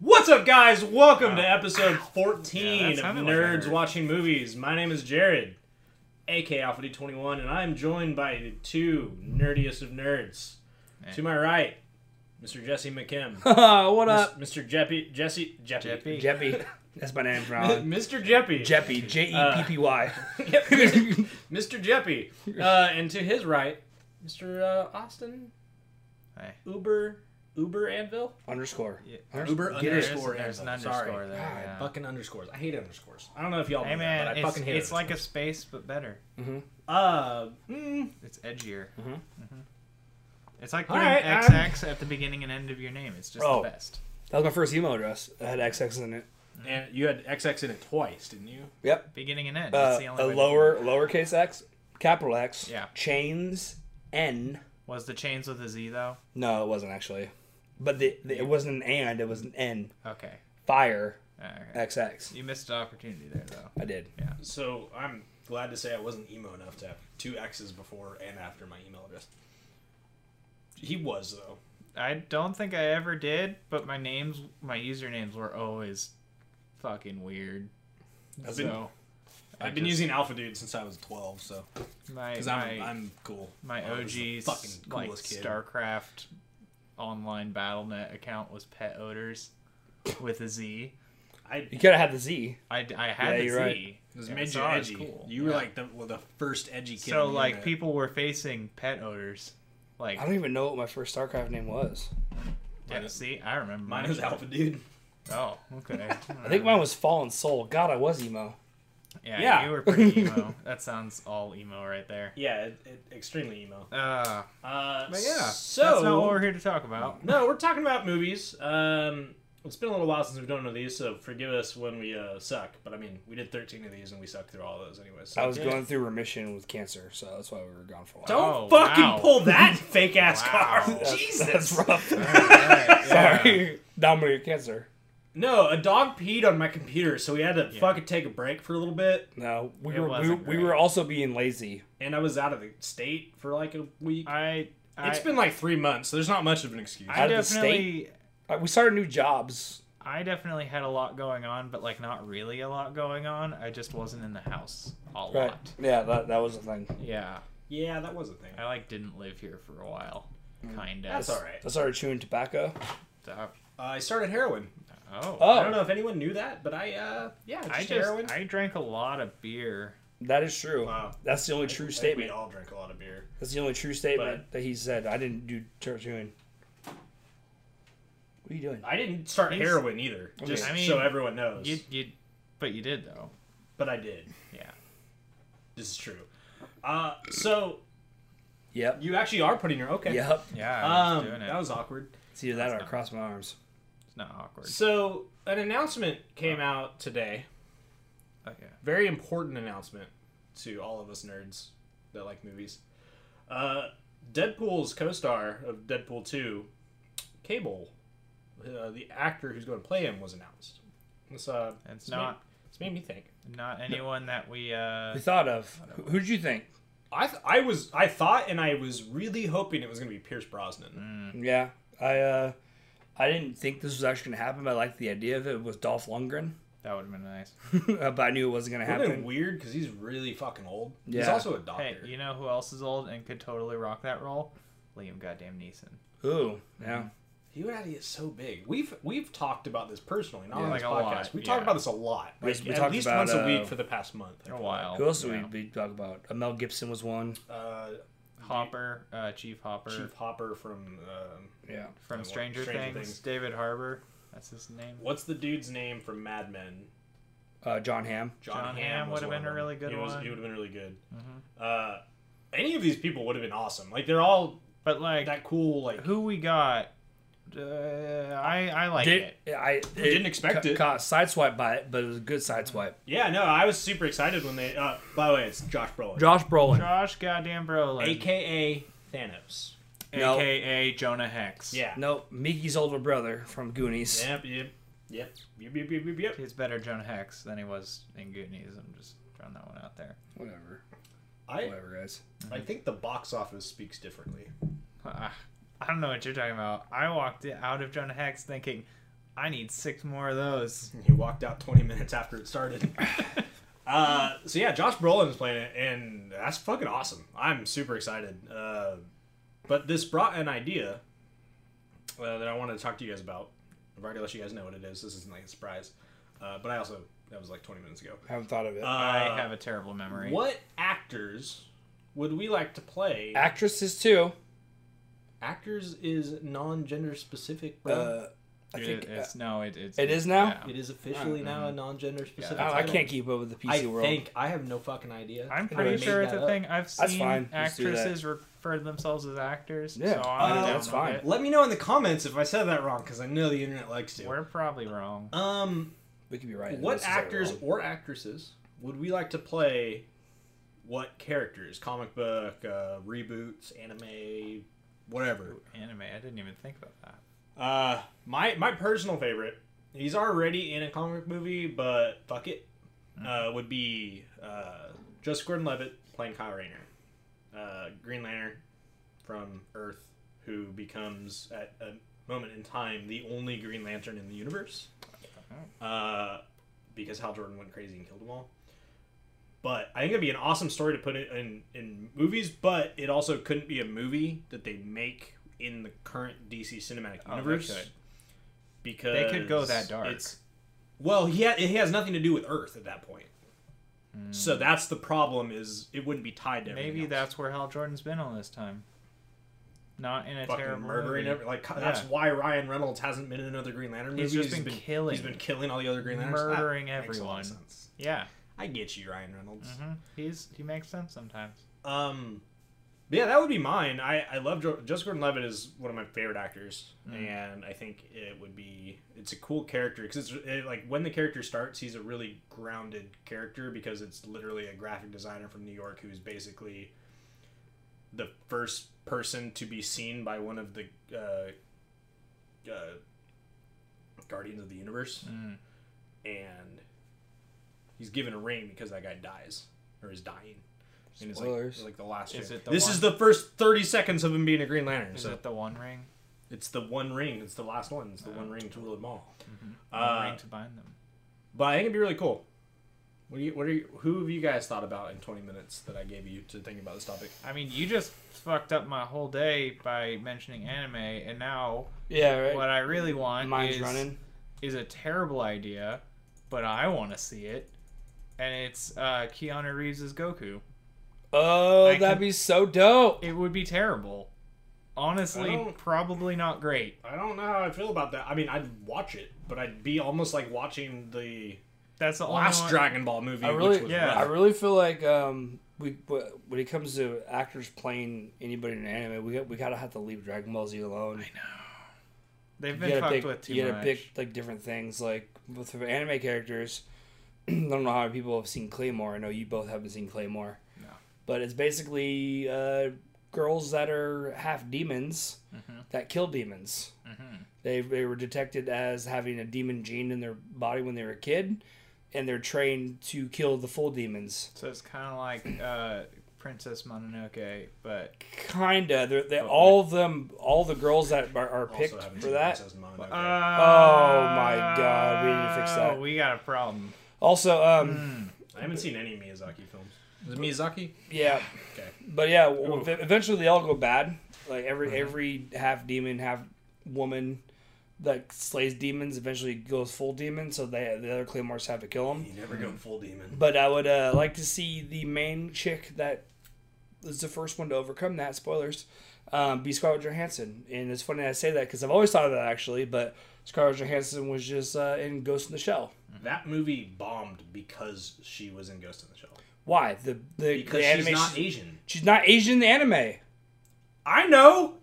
What's up, guys? Welcome to episode 14 Yeah, that of sounded like I Nerds heard. Watching Movies. My name is Jared, aka Alpha D21, and I'm joined by the two nerdiest of nerds. Eh. To my right, Mr. Jesse McKim. what Mis- up? Mr. Jeppy, Jesse, Jeppy. Jeppy. Jeppy. That's my name, Ron. Mr. Jeppy. Jeppy. J E P P Y. Yep, Uh. Mr. Mr. Jeppy. Uh, and to his right, Mr. Uh, Austin Hey. Uber Uber Anvil. Underscore. Yeah. Unders- Uber get under- it. There's, there's an Sorry. underscore there. God, yeah. I fucking underscores. I hate underscores. I don't know if y'all Hey know that, man, but I it's, fucking hate it's like a underscores. space but better. uh, mm, It's edgier. Mm-hmm. Mhm. It's like All putting right, I'm- XX at the beginning and end of your name. It's just Oh. the best. That was my first email address. I had XX in it. Uh, and you had XX in it twice, didn't you? Yep. Beginning and end. Uh, it's the only a way to- lower lowercase x, capital X. Yeah. Chains N. was the chains with a Z though. No, it wasn't actually. But the, the, it wasn't an and. It was an N. Okay. Fire All right. XX. You missed an opportunity there though. I did. So I'm glad to say I wasn't emo enough to have two X's before and after my email address. He was though. I don't think I ever did, but my names, my usernames were always fucking weird. I've been, So I I've been just- using Alpha Dude since I was 12, so my because my I'm I'm cool. my I was the OG fucking like coolest kid. StarCraft online BattleNet account was Pet Odors with a Z. I You could have had the Z. I, I had Yeah, the you're Z. right. it was Yeah, made you so I was edgy. cool. You were Yeah. like the well, the first edgy kid. so on the like internet. people were facing Pet Odors. Like I don't even know what my first StarCraft name was. yeah, see, I remember Mine was Alpha Dude. Oh, okay. I think mine was Fallen Soul. God, I was emo. yeah, Yeah. you were pretty emo. that sounds all emo right there. Yeah, it, it, extremely emo. Uh, Uh, but yeah, so that's not what we're here to talk about. No, we're talking about movies. Um, it's been a little while since we've done one of these, so forgive us when we uh, suck. But I mean, we did 13 of these and we sucked through all those anyway. So I was Yeah. going through remission with cancer, so that's why we were gone for a while. Don't Oh, fucking wow. pull that fake ass Wow. card. That's- Jesus. That's rough. Alright, yeah. Sorry. Dominant cancer. No, a dog peed on my computer, so we had to Yeah. fucking take a break for a little bit, No, we It were we, wasn't we great. were also being lazy. and I was out of the state for like a week. I, I it's been like three months, so there's not much of an excuse. I out of the definitely Uh, We started new jobs. I definitely had a lot going on, but like not really a lot going on. I just wasn't in the house a lot. Yeah, that, that was the thing. Yeah, yeah, that was a thing. I like didn't live here for a while, kind of. That's all right. I started chewing tobacco. Uh, I started heroin. oh, Oh, I don't know if anyone knew that, but I, uh, yeah, just I just heroin. I drank a lot of beer. that is true. Wow. That's the only I true think We statement. all drink a lot of beer. That's the only true statement that he said. I didn't do tur- chewing. What are you doing? I didn't start He's- heroin either, just I mean, so everyone knows. You you, but you did though. but I did. Yeah. This is true. Uh, so Yep. you actually are putting your okay. Yep. Yeah, I was Um, doing it. that was awkward. It's either that or I cross my arms. it's not awkward. So an announcement came out today. Oh, yeah. Very important announcement to all of us nerds that like movies. Uh, Deadpool's co-star of Deadpool Two, Cable, uh, the actor who's going to play him, was announced. It's, uh, It's not made, it's made me think. not anyone that we uh We thought of. Who- Who did you think? I th- I was I thought and I was really hoping it was gonna be Pierce Brosnan. Yeah. I uh I didn't think this was actually gonna happen, but I liked the idea of it. It was Dolph Lundgren. that would have been nice. but I knew it wasn't gonna It would have been happen. weird because he's really fucking old. He's Yeah. also a doctor. Hey, you know who else is old and could totally rock that role? Liam goddamn Neeson. Ooh, yeah. He would have to get so big. We've we've talked about this personally, not Yeah. on this Like a podcast. lot, we talked yeah. about this a lot. We- Like, we at talked least about, once a uh, week for the past month. A while. Who else did yeah. we, we talk about? Uh, Mel Gibson was one. Uh, Hopper, uh, Chief Hopper Chief Hopper from um, Yeah. from What? Stranger, Stranger Things, Things. David Harbour. That's his name. what's the dude's name from Mad Men? Uh, John Hamm. John Hamm was would've one been of them. a really good he Was, one. Mm-hmm. he would have been really good. Uh, any of these people would have been awesome. Like they're all But like that cool. Like who we got, uh, I I like Did, it. I it didn't expect ca- it. Caught sideswiped by it, but it was a good sideswipe. Yeah, no, I was super excited when they. Uh, by the way, it's Josh Brolin, Uh, Josh Brolin. Josh goddamn Brolin, aka Thanos. No. aka Jonah Hex. Yeah. Nope, Mickey's older brother from Goonies. Yep. Yep. Yep. Yep. Yep. Yep. Yep. yep. he's better Jonah Hex than he was in Goonies. I'm just throwing that one out there. Whatever. I Whatever, guys. I think the box office speaks differently. Ah, I don't know what you're talking about. I walked out of Jonah Hex thinking, I need six more of those. He walked out 20 minutes after it started. uh, so yeah, Josh Brolin's playing it, and that's fucking awesome. I'm super excited. Uh, but this brought an idea uh, that I wanted to talk to you guys about. I've already let you guys know what it is. This isn't like a surprise. Uh, but I also that was like 20 minutes ago. I haven't thought of it. Uh, I have a terrible memory. What actors would we like to play? Actresses too. actors is non-gender specific, bro. Uh, I It- think. it's, no, it, it's it is now? yeah. it is officially now a non-gender specific. Oh, I, I title. can't keep up with the PC I world. think I have no fucking idea. I'm I pretty made sure it's that a up. thing. I've That's seen fine. Let's do that. actresses refer to themselves as actors. Yeah. so I Uh, don't that's know fine. that- Let me know in the comments if I said that wrong, because I know the internet likes to. We're probably wrong. Um, we could be right. what This is actors wrong. or actresses would we like to play? What characters? Comic book, uh, reboots, anime, whatever. Anime. I didn't even think about that. Uh, my my personal favorite. He's already in a comic movie, but fuck it. Mm-hmm. Uh, would be uh, just Gordon-Levitt playing Kyle Rayner, uh, Green Lantern from Earth, who becomes at a moment in time the only Green Lantern in the universe, uh, because Hal Jordan went crazy and killed them all. But I think it'd be an awesome story to put in, in in movies, but it also couldn't be a movie that they make in the current DC cinematic Oh, they universe could. because They could go that dark. it's- well, he ha- he has nothing to do with Earth at that point. Hmm. So that's the problem is it wouldn't be tied to everything Maybe else. that's where Hal Jordan's been all this time. Not in a fucking terrible murdering movie. every, like that's Yeah. why Ryan Reynolds hasn't been in another Green Lantern movie. He's just been killing. He's been killing all the other Green Lanterns. That Murdering makes a lot of everyone. sense. Yeah, I get you, Ryan Reynolds. hmm he's he makes sense sometimes. Um, but yeah, that would be mine. I I love jo- Joseph Gordon-Levitt is one of my favorite actors, and I think it would be it's a cool character because it's it, like when the character starts, he's a really grounded character because it's literally a graphic designer from New York who's basically the first person to be seen by one of the uh, uh, Guardians of the Universe, Mm. and he's given a ring because that guy dies or is dying. And it's like, Spoilers. it's like the last. Is year. it the this one- is the first thirty seconds of him being a Green Lantern. Is So it the One Ring? it's the one ring. It's the last one. It's the one ring to rule them all. One Uh, Ring to bind them. But I think it'd be really cool. What do you? What are you? Who have you guys thought about in twenty minutes that I gave you to think about this topic? I mean, you just fucked up my whole day by mentioning anime, and now Yeah, right. what I really want Mine's is running. is a terrible idea, but I want to see it, and it's uh, Keanu Reeves as Goku. Oh, I that'd can- be so dope. It would be terrible. I Honestly, don't- probably not great. I don't know how I feel about that. I mean, I'd watch it, but I'd be almost like watching the That's the last only one. Dragon Ball movie, Oh, I really, which was yeah. rough. I really feel like um, we but when it comes to actors playing anybody in anime, we we gotta have to leave Dragon Ball Z alone. They've you been gotta fucked pick, with too you gotta much. pick like different things. Like with the anime characters, I don't know how many people have seen Claymore. I know you both haven't seen Claymore. No. But it's basically uh, girls that are half demons Mm-hmm. that kill demons. They they were detected as having a demon gene in their body when they were a kid, and they're trained to kill the full demons. So it's kind of like uh, Princess Mononoke, but Kinda. They're, they all of them, all the girls that are, are Also picked haven't for seen that. Uh, Princess Mononoke. uh, Oh my God, we need to fix that. Oh, We got a problem. Also, um, I haven't seen any Miyazaki films. Is it Miyazaki? yeah. Okay. But yeah, w- ev- eventually they all go bad. Like every Uh-huh. every half demon, half woman that slays demons eventually goes full demon. So they the other claymores have to kill them. You never go full demon. But I would uh, like to see the main chick that was the first one to overcome that. Spoilers. Um, be Scarlett Johansson, and it's funny I say that because I've always thought of that actually. But Scarlett Johansson was just uh, in Ghost in the Shell. That movie bombed because she was in Ghost in the Shell. Why the the, Because the she's anime? not she's, Asian. she's not Asian in the anime. I know.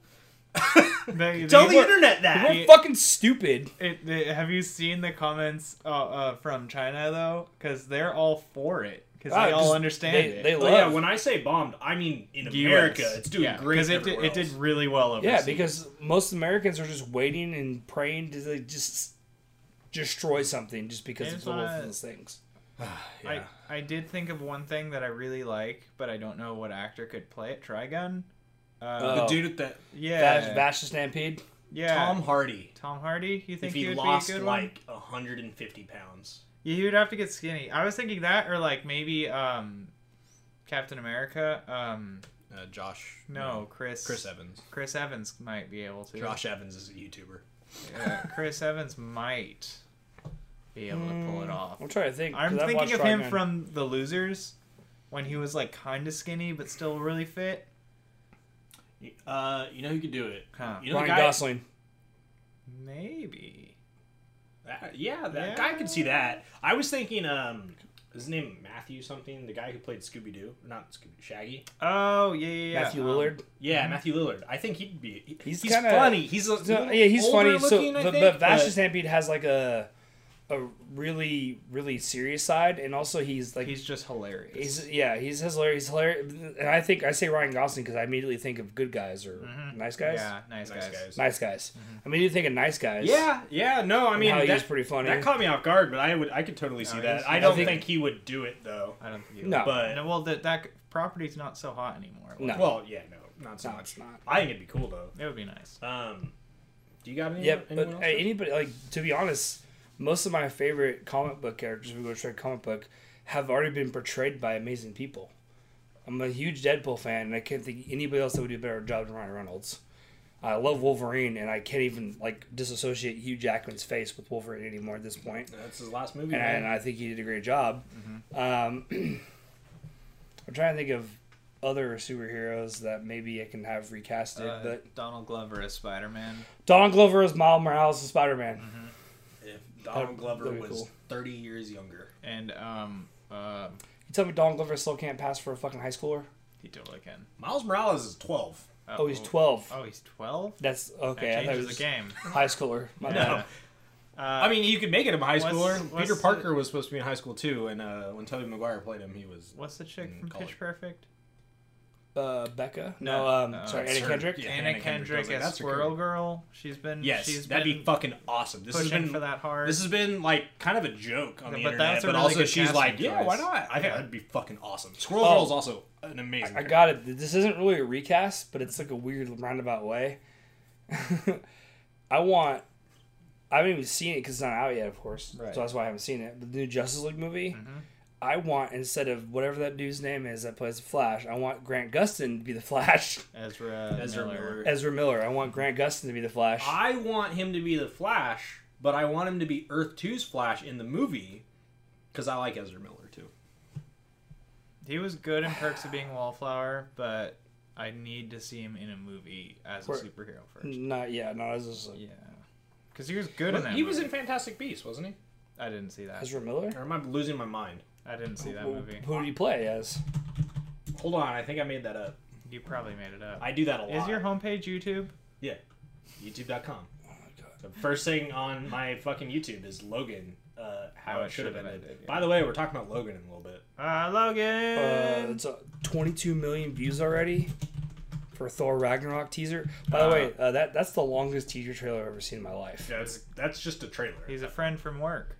They- Tell they- the internet that. We're fucking stupid. it, they- have you seen the comments uh, uh, from China though? Because they're all for it. Because Ah, they all 'cause understand they, it. They love. Well, Oh, yeah, when I say bombed, I mean in US. America, it's doing Yeah, great. it did, everywhere it did else. really well over. Yeah, because most Americans are just waiting and praying to like, just destroy something just because They of just little wanna- those things. Yeah. I I did think of one thing that I really like, but I don't know what actor could play it. Trigun. Uh, Oh. the dude at that yeah, Vash, Vash the Stampede. Yeah. Tom Hardy. Tom Hardy, you think If he he would lost be a good one? like 150 pounds. Yeah, he would have to get skinny. I was thinking that, or like maybe um, Captain America. Um, Uh, Josh. no, Chris. Hmm. Chris Evans. Chris Evans might be able to. Josh Evans is a YouTuber. Yeah, Chris Evans might be able to pull it off. I'm trying to think. 'cause I'm I've thinking watched of him Frogman. from The Losers, when he was like kind of skinny but still really fit. Uh, you know who could do it? Huh. You know the Ryan guy- Gosling. Maybe. that- Uh, yeah, that Yeah. guy could see that. I was thinking, um, is his name Matthew something? The guy who played Scooby Doo, not Scooby Shaggy. Oh yeah, yeah, yeah. Matthew um, Lillard. Yeah, Matthew Lillard. I think he'd be. he- Mm-hmm. He's he's kinda- funny. He's a, So, yeah, he's funny. So, looking, I but, think, but Vash the Stampede has like a a really really serious side, and also he's like He's just hilarious. He's yeah, he's his hilarious, hilarious, and I think I say Ryan Gosling because I immediately think of good guys or Mm-hmm. nice guys. Mm-hmm. Yeah, nice, Nice guys. guys. Nice guys. I immediately think of nice guys. Mm-hmm. Yeah, yeah. No, I I mean mean, that, he's pretty funny. that caught me off guard, but I would I could totally see No, that. he's- I I don't think- think he would do it though. I don't think he No. But No, well, that that property's not so hot anymore. No. well, yeah, no, not so No, much. it's not. I think it'd be cool though. It would be nice. Um, do you got any? yeah, but anyone uh, else? anybody like to be honest, most of my favorite comic book characters, if we go straight comic book, have already been portrayed by amazing people. I'm a huge Deadpool fan, and I can't think of anybody else that would do a better job than Ryan Reynolds. I love Wolverine, and I can't even like disassociate Hugh Jackman's face with Wolverine anymore at this point. That's his last movie. and, I- man. and I think he did a great job. Mm-hmm. Um, I'm trying to think of other superheroes that maybe I can have recasted, Uh, but Donald Glover as Spider Man. Don Glover is Miles Morales as Spider Man. Mm-hmm. if Donald that'd- Glover that'd be was cool. 30 years younger. And um, uh, You tell me Don Glover still can't pass for a fucking high schooler? he totally can. Miles Morales is 12. Oh, he's 12. Oh, he's twelve. That's okay. That I thought he changes was the game. high schooler. My bad. Yeah. Uh, I mean, you could make it him a high What's- schooler. what's Peter the- Parker was supposed to be in high school too, and uh, when Tobey Maguire played him, he was. what's the chick Mm, from college. Pitch Perfect? Uh, Becca? No, No, um, no, sorry, it's Anna her. Kendrick. Yeah, Anna, Anna Kendrick. I was Kendrick like, as that's a Squirrel career. Girl. She's been Yes, she's that'd been be fucking awesome. This has pushing been for that hard. this has been like kind of a joke on the Yeah, but internet, that's a but really also good she's like, casting yeah, why choice. not? I think Yeah. that'd be fucking awesome. Squirrel Oh. Girl is also an amazing. I got it. This isn't really a recast, but it's like a weird roundabout way. I want. I haven't even seen it because it's not out yet, of course. Right. Mm-hmm. So that's why I haven't seen it. But the new Justice League movie, I want instead of whatever that dude's name is that plays the Flash, I want Grant Gustin to be the Flash. Ezra, Ezra Miller. Miller. Ezra Miller. I want Grant Gustin to be the Flash. I want him to be the Flash, but I want him to be Earth 2's Flash in the movie because I like Ezra Miller too. He was good in Perks of Being a Wallflower, but I need to see him in a movie as a Where- superhero first. Not yet. Not Ezra. Yeah, because he was good in that. He was movie. in Fantastic Beasts, wasn't he? I didn't see that. Ezra Miller. Or am I losing my mind? I didn't see that Who, movie. who do you play as? Hold on, I think I made that up. You probably made it up. I do that a lot. Is your homepage YouTube? Yeah. YouTube.com. Oh my God. The first thing on my fucking YouTube is Logan. Uh, how, How it it should have should've ended. ended, yeah. By the way, we're talking about Logan in a little bit. Uh, Logan. Um, Uh, it's uh, 22 million views already for Thor Ragnarok teaser. By the way, uh, that that's the longest teaser trailer I've ever seen in my life. That's that's just a trailer. He's a friend from work.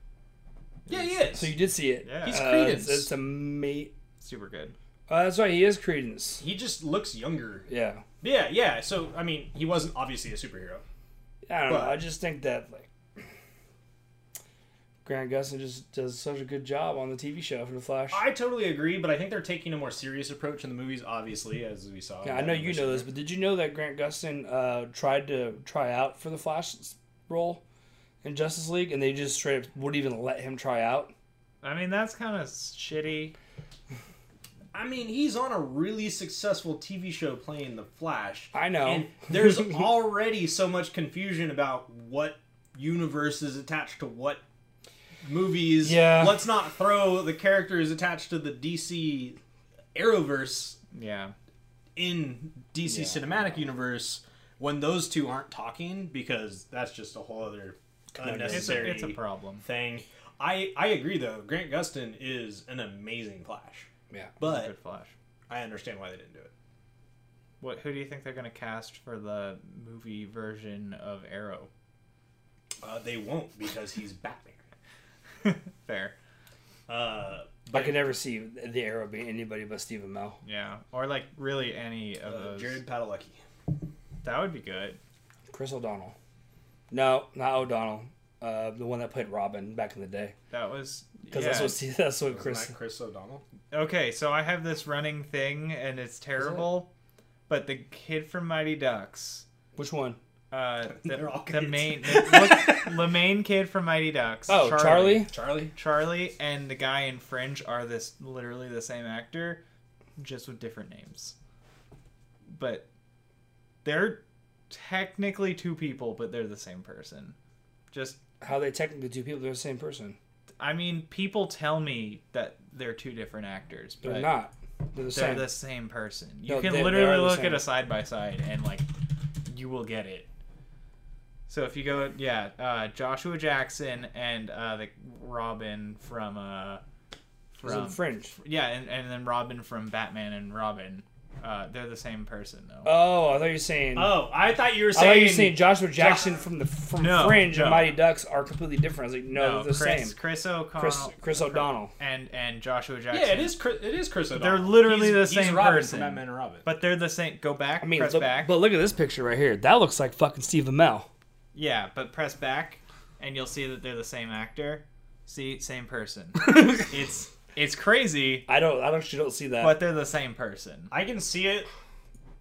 yeah, he is. So you did see it. Yeah. He's Uh, Credence. it's, it's a mate. Super good. Uh, that's right. He is Credence. he just looks younger. Yeah. Yeah, yeah. So I mean, he wasn't obviously a superhero. I don't But- know. I just think that like Grant Gustin just does such a good job on the TV show for the Flash. I totally agree, but I think they're taking a more serious approach in the movies, obviously, as we saw. Yeah, I know you know this, but did you know that Grant Gustin uh, tried to try out for the Flash role in Justice League, and they just straight up wouldn't even let him try out? I mean, that's kind of shitty. I mean, he's on a really successful TV show playing the Flash. I know. And there's already so much confusion about what universe is attached to what movies. Yeah. Let's not throw the characters attached to the DC Arrowverse Yeah. in DC Yeah. Cinematic Universe when those two aren't talking because that's just a whole other It's a, unnecessary it's a problem. thing. I I agree though. Grant Gustin is an amazing Flash, Yeah. but Good flash. I understand why they didn't do it. What? Who do you think they're gonna cast for the movie version of Arrow? Uh, they won't because he's Batman. Fair. Uh, I could never see the Arrow being anybody but Stephen Amell. Yeah. Or like really any of uh, those. Jared Padalecki. That would be good. Chris O'Donnell. No, not O'Donnell. Uh, the one that played Robin back in the day. That was Because yeah. that's what that's what Chris, Chris. that Chris O'Donnell. Okay, so I have this running thing and it's terrible, but the kid from Mighty Ducks, Which one? uh, They're the, all the kids. main, the, look, the main kid from Mighty Ducks. Oh, Charlie. Charlie. Charlie and the guy in Fringe are this literally the same actor, just with different names. But they're technically two people, but they're the same person. Just How they technically two people? They're the same person. I mean, people tell me that they're two different actors, but They're not. They're the they're same. the same person. You No, can they- they are literally the look same. at a side by side and like you will get it. So if you go, yeah, uh, Joshua Jackson and uh, the Robin from uh, It's in from Fringe. yeah, and, and then Robin from Batman and Robin, uh, they're the same person though. Oh, I thought you were saying. Oh, I thought you were I saying. thought you were saying Joshua Jackson from the from No, Fringe no. and Mighty Ducks are completely different. I was like, no, they're the Chris, same. Chris O'Connell, Chris Chris O'Donnell. and and Joshua Jackson. yeah, it is. Chris, it is Chris O'Donnell. They're literally He's- the he's same Robin person. From Batman and Robin. But they're the same. Go back. I mean, press look, back. but look at this picture right here. That looks like fucking Steve Amell. Yeah, but press back, and you'll see that they're the same actor. See, same person. it's it's crazy, I don't. I actually don't see that. but they're the same person. I can see it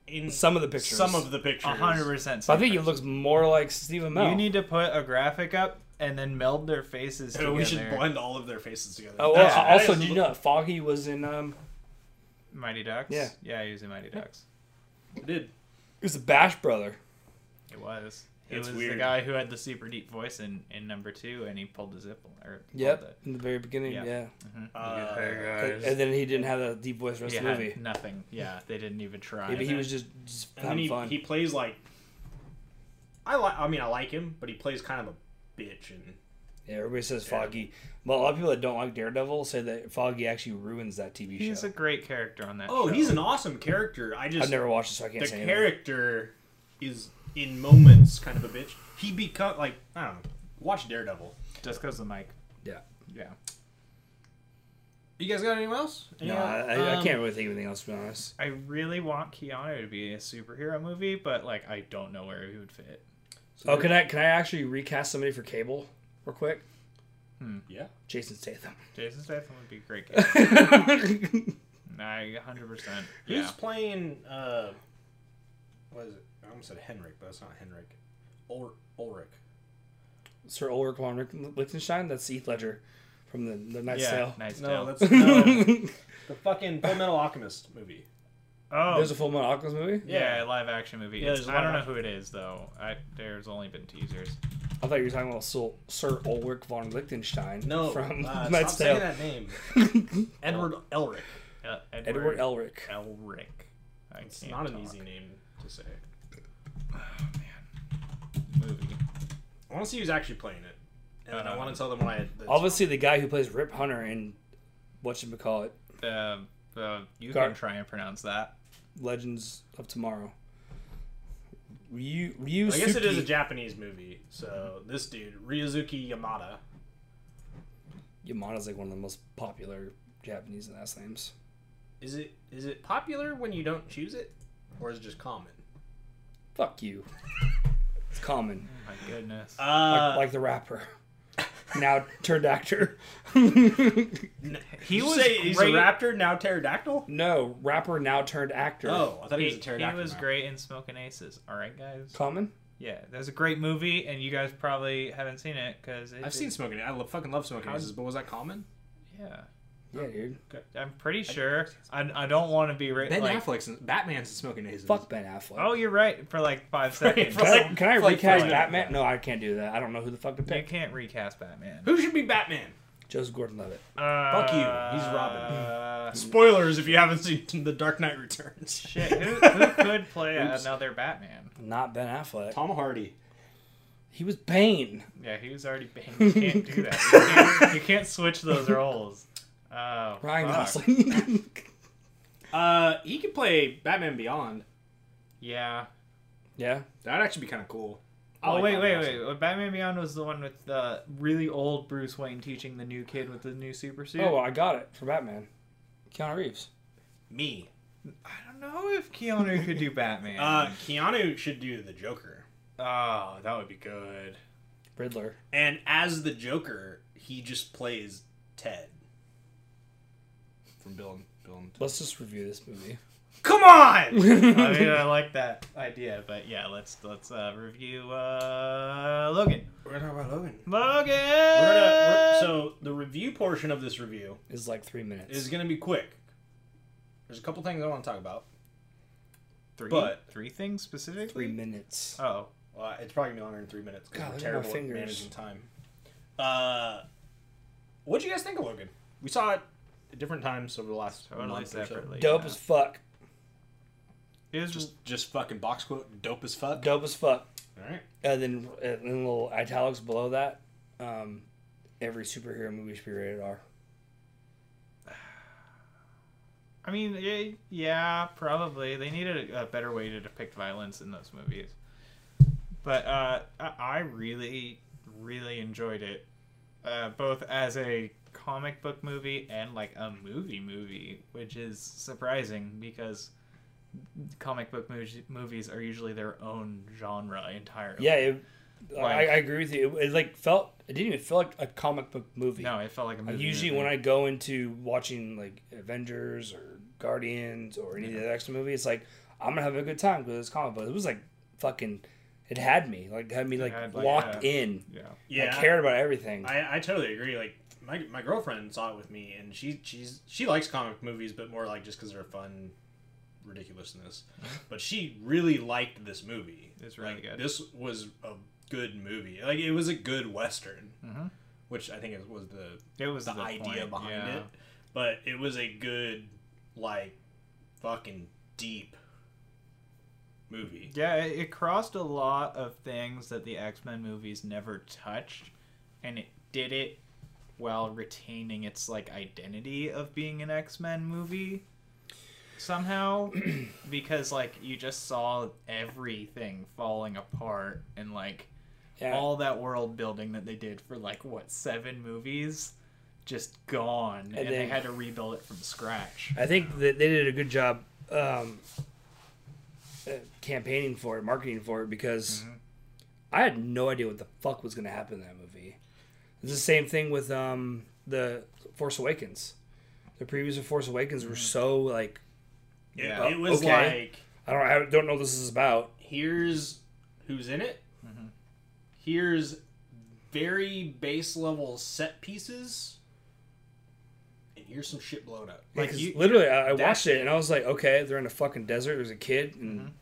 in some of the pictures. some of the pictures. A hundred percent. But I same think it person. looks more like Steve Amell. You need to put a graphic up and then meld their faces So together. we should blend all of their faces together. Oh, That's- well, that also, is- did you know that Foggy was in? Um, Mighty Ducks. Yeah. yeah, using Mighty Ducks. I Did it was the Bash Brother. It was. He It's was the weird. guy who had the super deep voice in, in number two, and he pulled his zip or pulled Yep, it. in the very beginning. Yeah. Yeah. Uh, And, and then he didn't have that deep voice for the Yeah, rest of the movie. nothing. Yeah, they didn't even try. Maybe he that. was just, just and then having he, fun. he plays like I like. I mean, I like him, but he plays kind of a bitch. And yeah, everybody says Foggy. But a lot of people that don't like Daredevil say that Foggy actually ruins that TV He's show. a great character on that. oh, show. he's an awesome character. I just I've never watched it, so I can't the say anything. character is in moments kind of a bitch. He become like I don't know. Watch Daredevil. just goes the mic. Yeah. Yeah. You guys got anyone else? No, Anyone- I, I- I um, can't really think of anything else to be honest. I really want Keanu to be a superhero movie, but like I don't know where he would fit. Oh, can I can I actually recast somebody for Cable real quick? Yeah. Jason Statham. Jason Statham would be a great. Character. I 100. percent Who's Yeah. playing? Uh, what is it? I almost said Henrik, but that's not Henrik. Ul- Ulrich. Sir Ulrich von Richt- Lichtenstein. That's Heath Ledger from the the Night's Yeah. Oh, Tale. Nice. No, No, that's no, the fucking Full Metal Alchemist movie. oh. There's a Full Metal Alchemist movie. yeah, a live action movie. Yeah, It's- there's a I don't live know who it is though. I, there's only been teasers. I thought you were talking about Sol- Sir Ulrich von Lichtenstein. No, from uh, stop Night's saying Tale. that name. Edward Elric. Uh, Edward Elric. Elric. I It's can't not an talk. easy name to say. movie. I want to see who's actually playing it, and then I Uh, want to tell them why. It, that's- Obviously, the guy who plays Rip Hunter in what should we call it? Uh, uh, you Gar- can try and pronounce that. Legends of Tomorrow. Ryu, Ryu I guess it is a Japanese movie. So this dude, Ryuzuki Yamada. Yamada's like one of the most popular Japanese last names. Is it is it popular when you don't choose it, or is it just common? Fuck you. it's common. Oh my goodness. Like, Uh, like the rapper. Now turned actor. he you was say he's a great- raptor now pterodactyl. no, rapper now turned actor. Oh, I thought he, was a he pterodactyl. was now. great in Smoking Aces. All right, guys. Common? Yeah, that was a great movie, and you guys probably haven't seen it because I've seen smoking. I lo- fucking love smoking aces, but was that common? Yeah, Yeah, dude. I'm pretty sure. I, I don't want to be right. Ben like, Affleck's Batman's smoking aces. Fuck Ben Affleck. Oh, you're right. For like five seconds, for Can I, Like- can I like recast Friday. Batman? No, I can't do that. I don't know who the fuck to you pick. can't recast Batman. Who should be Batman? Joseph Gordon-Levitt. Uh, you. He's Robin. uh, Spoilers if you haven't seen The Dark Knight Returns. shit, who, who could play Oops. another Batman? Not Ben Affleck. Tom Hardy. He was Bane. Yeah, he was already banned. You can't do that. You can't, you can't switch those roles. Oh, Ryan fuck. Gosling. Uh, he could play Batman Beyond. Yeah. yeah. That'd actually be kind of cool. I Oh like wait, Batman wait, Beyond. wait! Batman Beyond was the one with the really old Bruce Wayne teaching the new kid with the new super suit. Oh, well, I got it for Batman. Keanu Reeves. Me. I don't know if Keanu could do Batman. Uh, Keanu should Uh, do the Joker. Oh, that would be good. Riddler. And as the Joker, he just plays Ted from Bill and Bill and Ted. Let's just review this movie. Come on! I mean, I like that idea, but yeah, let's let's uh, review uh, Logan. We're gonna talk about Logan. Logan. We're gonna, we're, so the review portion of this review It's like three minutes. is gonna be quick. There's a couple things I want to talk about. three, but- three things specifically. three minutes. Oh, Well, Uh, it's probably gonna be longer than three minutes God, because we're look at my terrible at fingers. managing time. Uh, what'd you guys think of Logan? We saw it at different times over the last totally month or so. separately. Dope yeah. as fuck. It was just Just, just fucking box quote, dope as fuck. Dope as fuck. All right. And then uh, in little italics below that, um, every superhero movie should be rated R. I mean, yeah, yeah, probably. They needed a, a better way to depict violence in those movies. But uh, I- I really, really enjoyed it, uh, both as a comic book movie and like a movie movie, which is surprising because comic book mo- movies are usually their own genre entirely. Yeah, it, uh, I, Like- I agree with you. It, it like felt it didn't even feel like a comic book movie. No, it felt like a movie. Usually, movie. when I go into watching like Avengers or Guardians or any of the extra movie, it's like I'm gonna have a good time because it's comic book. It was like fucking, it had me like had me like had, like, locked yeah. in. yeah, Yeah. I cared about everything. I, I totally agree. Like my, my girlfriend saw it with me, and she she's she likes comic movies, but more like just because they're fun, ridiculousness. but she really liked this movie. It's really Like, good. This was a good movie. Like it was a good western, Mhm. which I think is, was the it was the, the, idea point, behind yeah. it. But it was a good, like, fucking deep movie. Yeah, it, it crossed a lot of things that the X Men movies never touched, and it did it while retaining its like identity of being an X Men movie somehow because like you just saw everything falling apart and like yeah. all that world building that they did for like what seven movies just gone and, they then- had to rebuild it from scratch I think that they did a good job um, uh, campaigning for it, marketing for it, Mm-hmm. because I had no idea what the fuck was going to happen in that movie. It's the same thing with um, the Force Awakens. The previews of Force Awakens Mm-hmm. were so like It, Yeah. it was Okay. like I don't I don't know what this is about. here's who's in it. Here's very base level set pieces, and here's some shit blown up. Like, Like you- literally, I, I that- watched it and I was like, okay, they're in a fucking desert. There's a kid and um,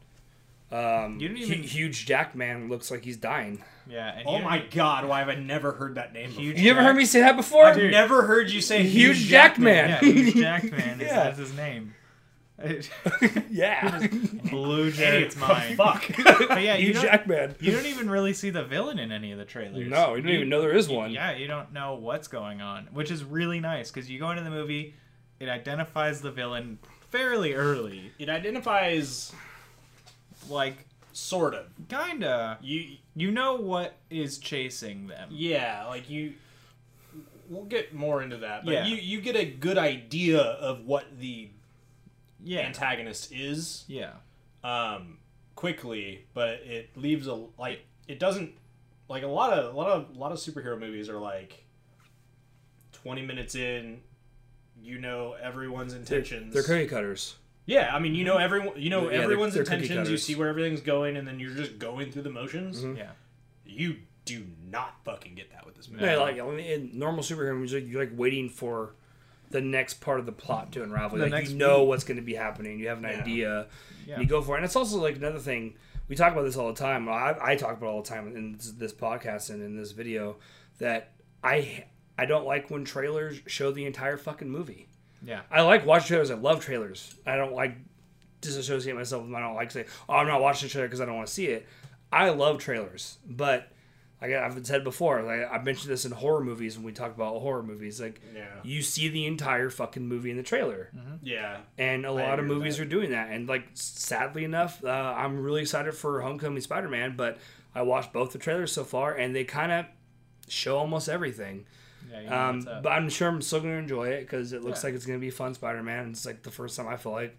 Mm-hmm. You didn't hu- even- huge Jack man looks like he's dying. yeah and Oh you- my god, why have I never heard that name? Huge- before? You ever heard me say that before? Dude. Never heard you say Huge Hugh Jack Man. yeah Hugh Jackman is, Yeah. that's his name yeah, Blue Jared's mind. Fuck. But yeah, you huge don't, Jack man. you don't even really see the villain in any of the trailers. No, we didn't even know there is one. Yeah, you don't know what's going on, which is really nice because you go into the movie, it identifies the villain fairly early, it identifies like sort of. kinda. You You know what is chasing them. Yeah, like you. We'll get more into that, but Yeah. you you get a good idea of what the Yeah, antagonist is yeah, um, quickly, but it leaves a like it doesn't like a lot of a lot of a lot of superhero movies are like twenty minutes in, you know everyone's They're- intentions. They're cookie cutters. yeah, I mean you know everyone you know Yeah, they're- everyone's they're cookie intentions. You cutters. see where everything's going, and then you're just going through the motions. Mhm. yeah. You do not fucking get that with this movie. Yeah, like in normal superhero movies, like, you're like waiting for the next part of the plot to unravel. The Like next you know what's going to be happening. You have an idea. Yeah. You go for it. And it's also like another thing we talk about this all the time. I, I talk about it all the time in this, this podcast and in this video that I I don't like when trailers show the entire fucking movie. Yeah. I like watching trailers. I love trailers. I don't like disassociate myself with them. I don't like say, oh, I'm not watching the trailer because I don't want to see it. I love trailers, but like I've said before, like I mentioned this in horror movies when we talk about horror movies. Like Yeah. you see the entire fucking movie in the trailer, yeah. and a lot of agree with movies that. are doing that. And like sadly enough, uh, I'm really excited for Homecoming Spider-Man, but I watched both the trailers so far, and they kind of show almost everything. yeah you know Um, what's up. but I'm sure I'm still going to enjoy it because it looks Yeah. like it's going to be fun Spider Man. It's like the first time I feel like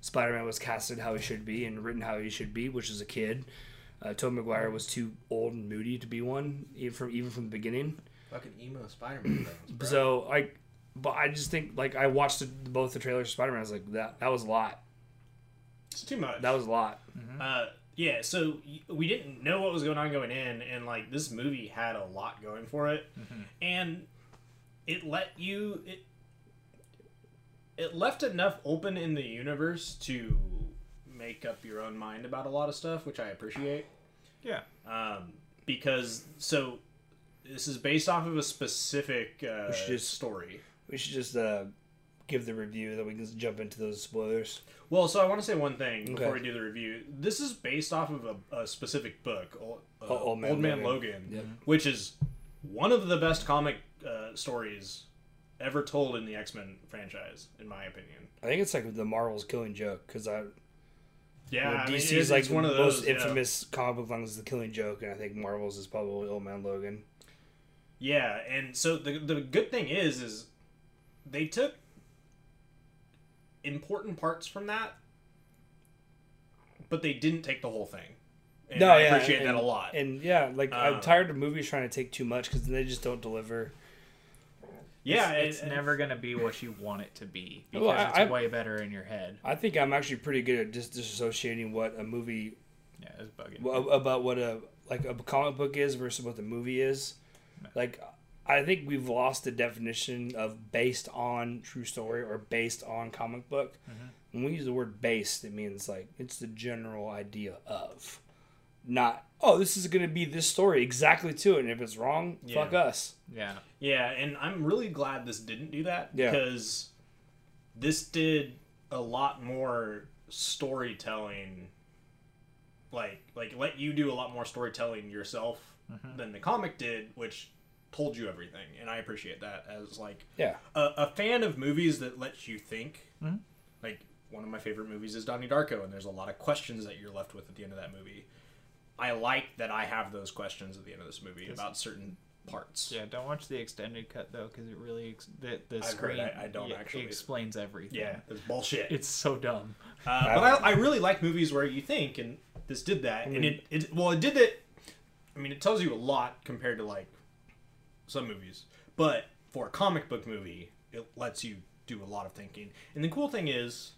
Spider Man was casted how he should be and written how he should be, which is a kid. Uh, Tobey Maguire was too old and moody to be one, even from even from the beginning. Fucking emo Spider Man. So I, but I just think like I watched the, both the trailers for Spider Man. I was like that that was a lot. It's too much. That was a lot. Uh, yeah, so y- we didn't know what was going on going in, and like this movie had a lot going for it, and it let you it it left enough open in the universe to make up your own mind about a lot of stuff, which I appreciate Yeah. um, because so this is based off of a specific uh, We should just- story. We should just uh, give the review that we can just jump into those spoilers. Well, so I want to say one thing before Okay. we do the review. This is based off of a, a specific book, Ol- uh, O- Old Man, Logan, which is one of the best comic uh, stories ever told in the X Men franchise, in my opinion. I think it's like the Marvel's killing joke because I Yeah, I mean, DC's it's- like it's one of the those most yeah. infamous comic book lines is the Killing Joke, and I think Marvel's is probably Old Man Logan. Yeah, and so the the good thing is is they took important parts from that, but they didn't take the whole thing. And I appreciate that and- a lot. And yeah, like Um, I'm tired of movies trying to take too much because they just don't deliver. yeah, it's, it's and- and- never gonna be what you want it to be because Well, I- it's I- way better in your head. I think I'm actually pretty good at just disassociating what a movie Yeah, it's bugging. wha- about what a like a comic book is versus what the movie is. Like I think we've lost the definition of based on true story or based on comic book. Mm-hmm. When we use the word based, it means like it's the general idea of, not oh this is going to be this story exactly to it, and if it's wrong, Yeah. fuck us. yeah, yeah, and I'm really glad this didn't do that Yeah. because this did a lot more storytelling. Like like let you do a lot more storytelling yourself than the comic did, which told you everything, and I appreciate that as like Yeah, a, a fan of movies that lets you think. Like one of my favorite movies is Donnie Darko, and there's a lot of questions that you're left with at the end of that movie. I like that I have those questions at the end of this movie about certain parts. yeah. Don't watch the extended cut though, because it really ex- the the I've heard screen I- I don't yeah, actually. explains everything. Yeah, it's bullshit. it's so dumb. Uh, but I, I really like movies where you think, and this did that, and it, it well, it did it. I mean, it tells you a lot compared to like some movies, but for a comic book movie, it lets you do a lot of thinking. And the cool thing is,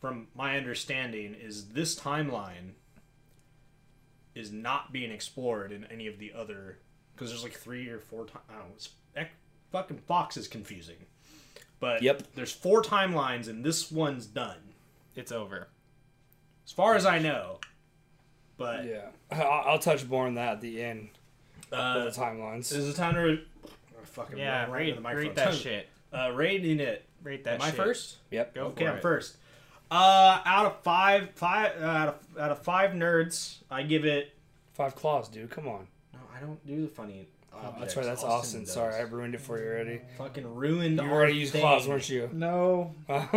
from my understanding, is this timeline is not being explored in any of the other because there's like three or four times. I don't know. It's, ec- fucking Fox is confusing. But Yep. there's four timelines, and this one's done It's over. as far as I know. But yeah. I- I'll, I'll touch more on that at the end of uh, the timelines. is it time to re- oh, fucking Yeah, ran right into rate, the microphone. rate that shit. Uh, rating it. Rate that. Am I shit. first? Yep. Go okay, for I'm it. first. Uh, out of five, five uh, out of out of five nerds, I give it. Five claws, dude. Come on. No, I don't do the funny. Oh, Objects. that's right. That's Austin. does. Sorry, I ruined it for you already. fucking ruined. You our already used thing. claws, weren't you? No. I'm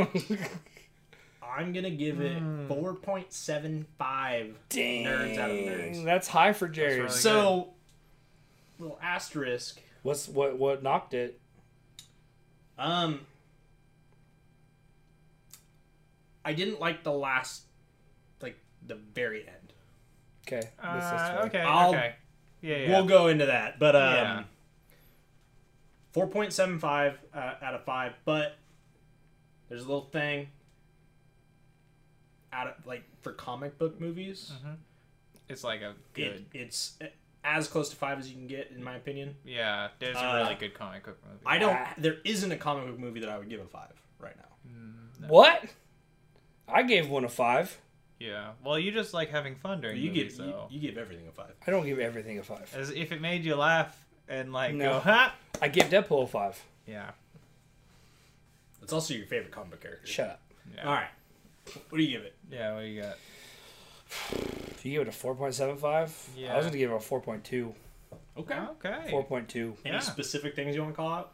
gonna give it Hmm. four point seven five. Dang. Nerds out of nerds. That's high for Jerry. That's really So, little asterisk. What's what what knocked it? Um, I didn't like the last, like the very end. Okay. this- this Uh, way. okay. I'll- okay. Yeah. Yeah. We'll go into that, but um, Yeah. four point seven five uh, out of five. But there's a little thing out of like for comic book movies, it's like a it, Mm-hmm. good. it's as close to five as you can get, in my opinion. yeah. There's a uh, really good comic book movie. I don't. Ah. There isn't a comic book movie that I would give a five right now. What? I gave one a five. Yeah. Well, you just like having fun during You movies, give you, though. you give everything a five. I don't give everything a five. As if it made you laugh and like No. go ha. I give Deadpool a five. Yeah. It's also your favorite comic book character. Shut up. Yeah. All right. What do you give it? Yeah. What do you got? If you give it a four point seven five, I Yeah. was gonna give it a four point two. Okay. Okay. Four point two. Any Yeah. specific things you want to call out?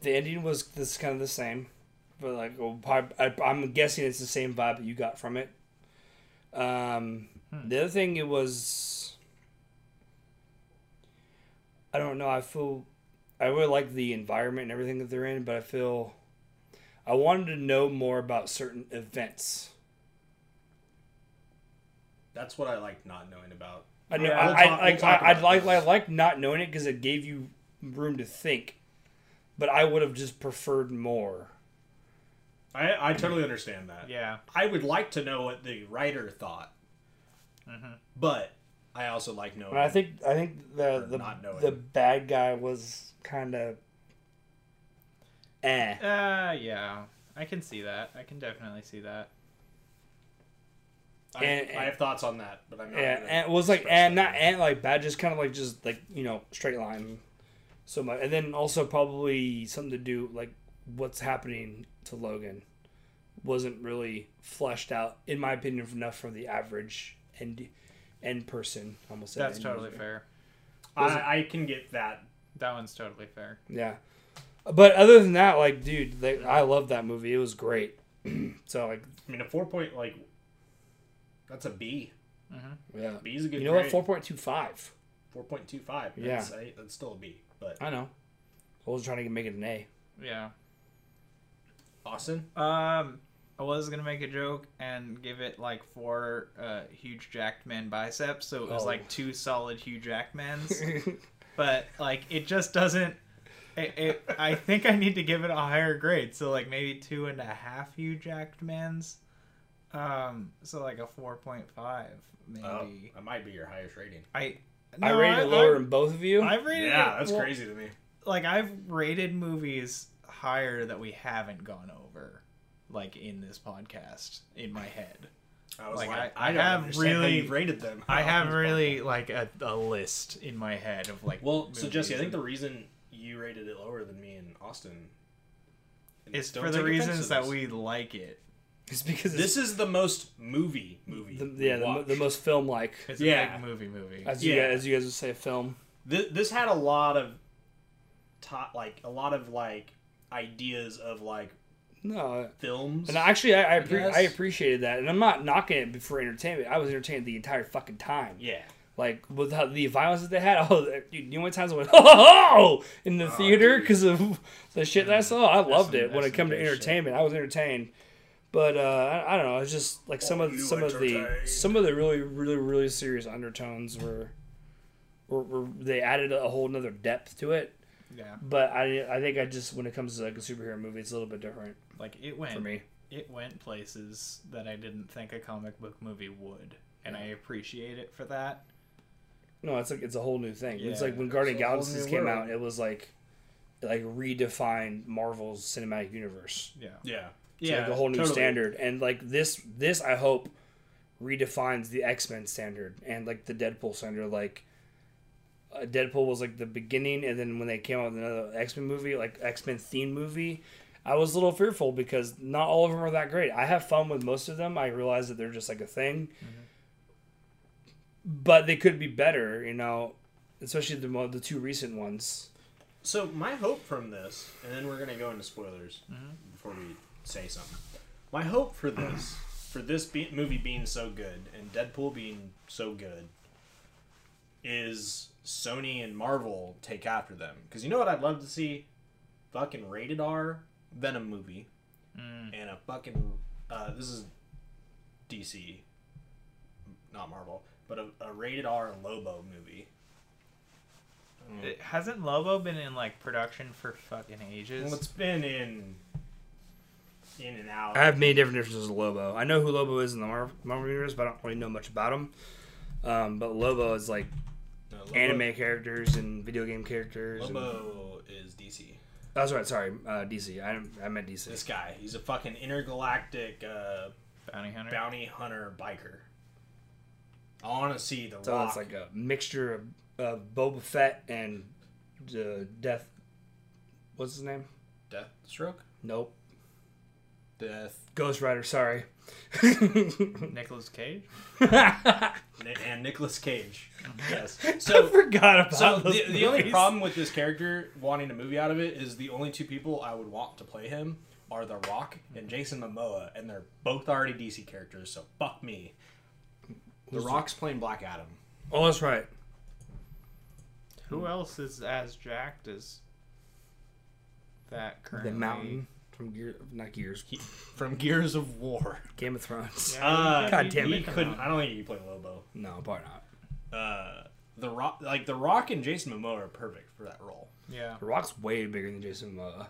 The ending was this kind of the same, but like well, prob- I, I'm guessing it's the same vibe that you got from it. Um, Hmm. the other thing it was, I don't know. I feel I really like the environment and everything that they're in, but I feel I wanted to know more about certain events. That's what I like not knowing about. I know. Oh, Yeah, I, we'll I, talk- like- we'll talk I, I about like. this. I like not knowing it because it gave you room to think. But I would have just preferred more. I, I totally understand that. Yeah. I would like to know what the writer thought, Mm-hmm. but I also like knowing. And I think I think the the Not knowing. the bad guy was kind of eh. Uh, yeah. I can see that. I can definitely see that. I, and- I have thoughts on that, but I'm not. Yeah, gonna and Eh, it was like express and them. not and like bad, just kind of like just like you know straight line, so much, and then also probably something to do like what's happening to Logan wasn't really fleshed out in my opinion enough for the average end end person. I Almost said That's end totally user. fair. I, I can get that. That one's totally fair. Yeah, but other than that, like dude, like, I love that movie. It was great. so like I mean, a four point like that's a B. yeah, B is a good. you know what? Four point two five. Four point two five. Yeah. that's, I, that's still a B. But I know. I was trying to make it an A. Yeah. Austin, Um, I was gonna make a joke and give it like four uh, huge jacked man biceps, so it was Oh. like two solid huge jackmans. but like, it just doesn't. It, it, I think I need to give it a higher grade, so like maybe two and a half Hugh Jackmans. Um, so like a four point five maybe. oh, that might be your highest rating. I I no, rated it lower than both of you. I, I've rated Yeah, it- that's well, crazy to me. like I've rated movies higher that we haven't gone over, like in this podcast in my head. I was Like, like, I- I, I don't have understand how really- you rated them. I have really like a, a list in my head of like. Well, so movies Jesse, I think and- the reason you rated it lower than me and Austin and it's don't for the take offense reasons to that this. we like it. It's because it's This is the most movie movie. the, we yeah, the, mo- the watched. most film like It's Yeah. a big movie movie. as you Yeah. guys, as you guys would say film. Thi- this had a lot of top like a lot of like ideas of like No, uh, films. and actually, I I, appre- guess. I appreciated that, and I'm not knocking it for entertainment. I was entertained the entire fucking time. yeah. Like with how the violence that they had. Oh, that- dude, you know what times I went oh in the theater because of the shit that I saw. I loved some- it when Mm-hmm. that's it come some to good shit. entertainment. I was entertained. But uh, I, I don't know. It's just like some Oh, Are of you some of the entertained? some of the really really really serious undertones were, were, were they added a whole nother depth to it. yeah, But I, I think I just when it comes to like a superhero movie, it's a little bit different like it for went. me. It went places that I didn't think a comic book movie would, and I appreciate it for that. No, it's like it's a whole new thing. It's Yeah, like when Guardian it's a whole Galaxies new came world. out, it was like it like redefined Marvel's cinematic universe. Yeah. Yeah. Yeah, Yeah. like a whole new totally. standard. And like this this I hope redefines the X-Men standard and like the Deadpool standard like uh, Deadpool was like the beginning and then when they came out with another X-Men movie, like X-Men themed movie, I was a little fearful because not all of them are that great. I have fun with most of them. I realize that they're just like a thing. Mm-hmm. But they could be better, you know, especially the mo- the two recent ones. So my hope from this, and then we're gonna go into spoilers before we say something. My hope for this, for this be- movie being so good and Deadpool being so good, is Sony and Marvel take after them. Because you know what I'd love to see, fucking rated R Venom movie, Mm. and a fucking uh, this is DC, not Marvel, but a, a rated R Lobo movie. It, hasn't Lobo been in like production for fucking ages? Well, it's been in in and out. I have many different differences with Lobo. I know who Lobo is in the Mar- Marvel universe, but I don't really know much about him. Um, but Lobo is like No, Lobo- anime characters and video game characters. and- Lobo is DC. that's right. Sorry, uh, DC. I I meant DC. This guy, he's a fucking intergalactic uh, Bounty Hunter. bounty hunter biker. I want to see the so Rock. it's like a mixture of, of Boba Fett and uh, Death. What's his name? Deathstroke, Nope. Death, Ghost Rider. Sorry. Nicholas Cage. Ni- and Nicolas Cage. yes. I So. forgot about So those the, the only movies. problem with this character wanting a movie out of it is the only two people I would want to play him are The Rock Mm-hmm. and Jason Momoa, and they're both already DC characters, so fuck me. The Rock's playing Black Adam. Oh, that's right. Hmm. Who else is as jacked as that The currently? Mountain. from Gear, not Gears, He, from Gears of War. Game of Thrones. Yeah. Uh, God damn he it. couldn't. I don't think he could play Lobo. No, probably not. Uh, the Rock, like the Rock and Jason Momoa, are perfect for that role. Yeah. The Rock's way bigger than Jason Momoa.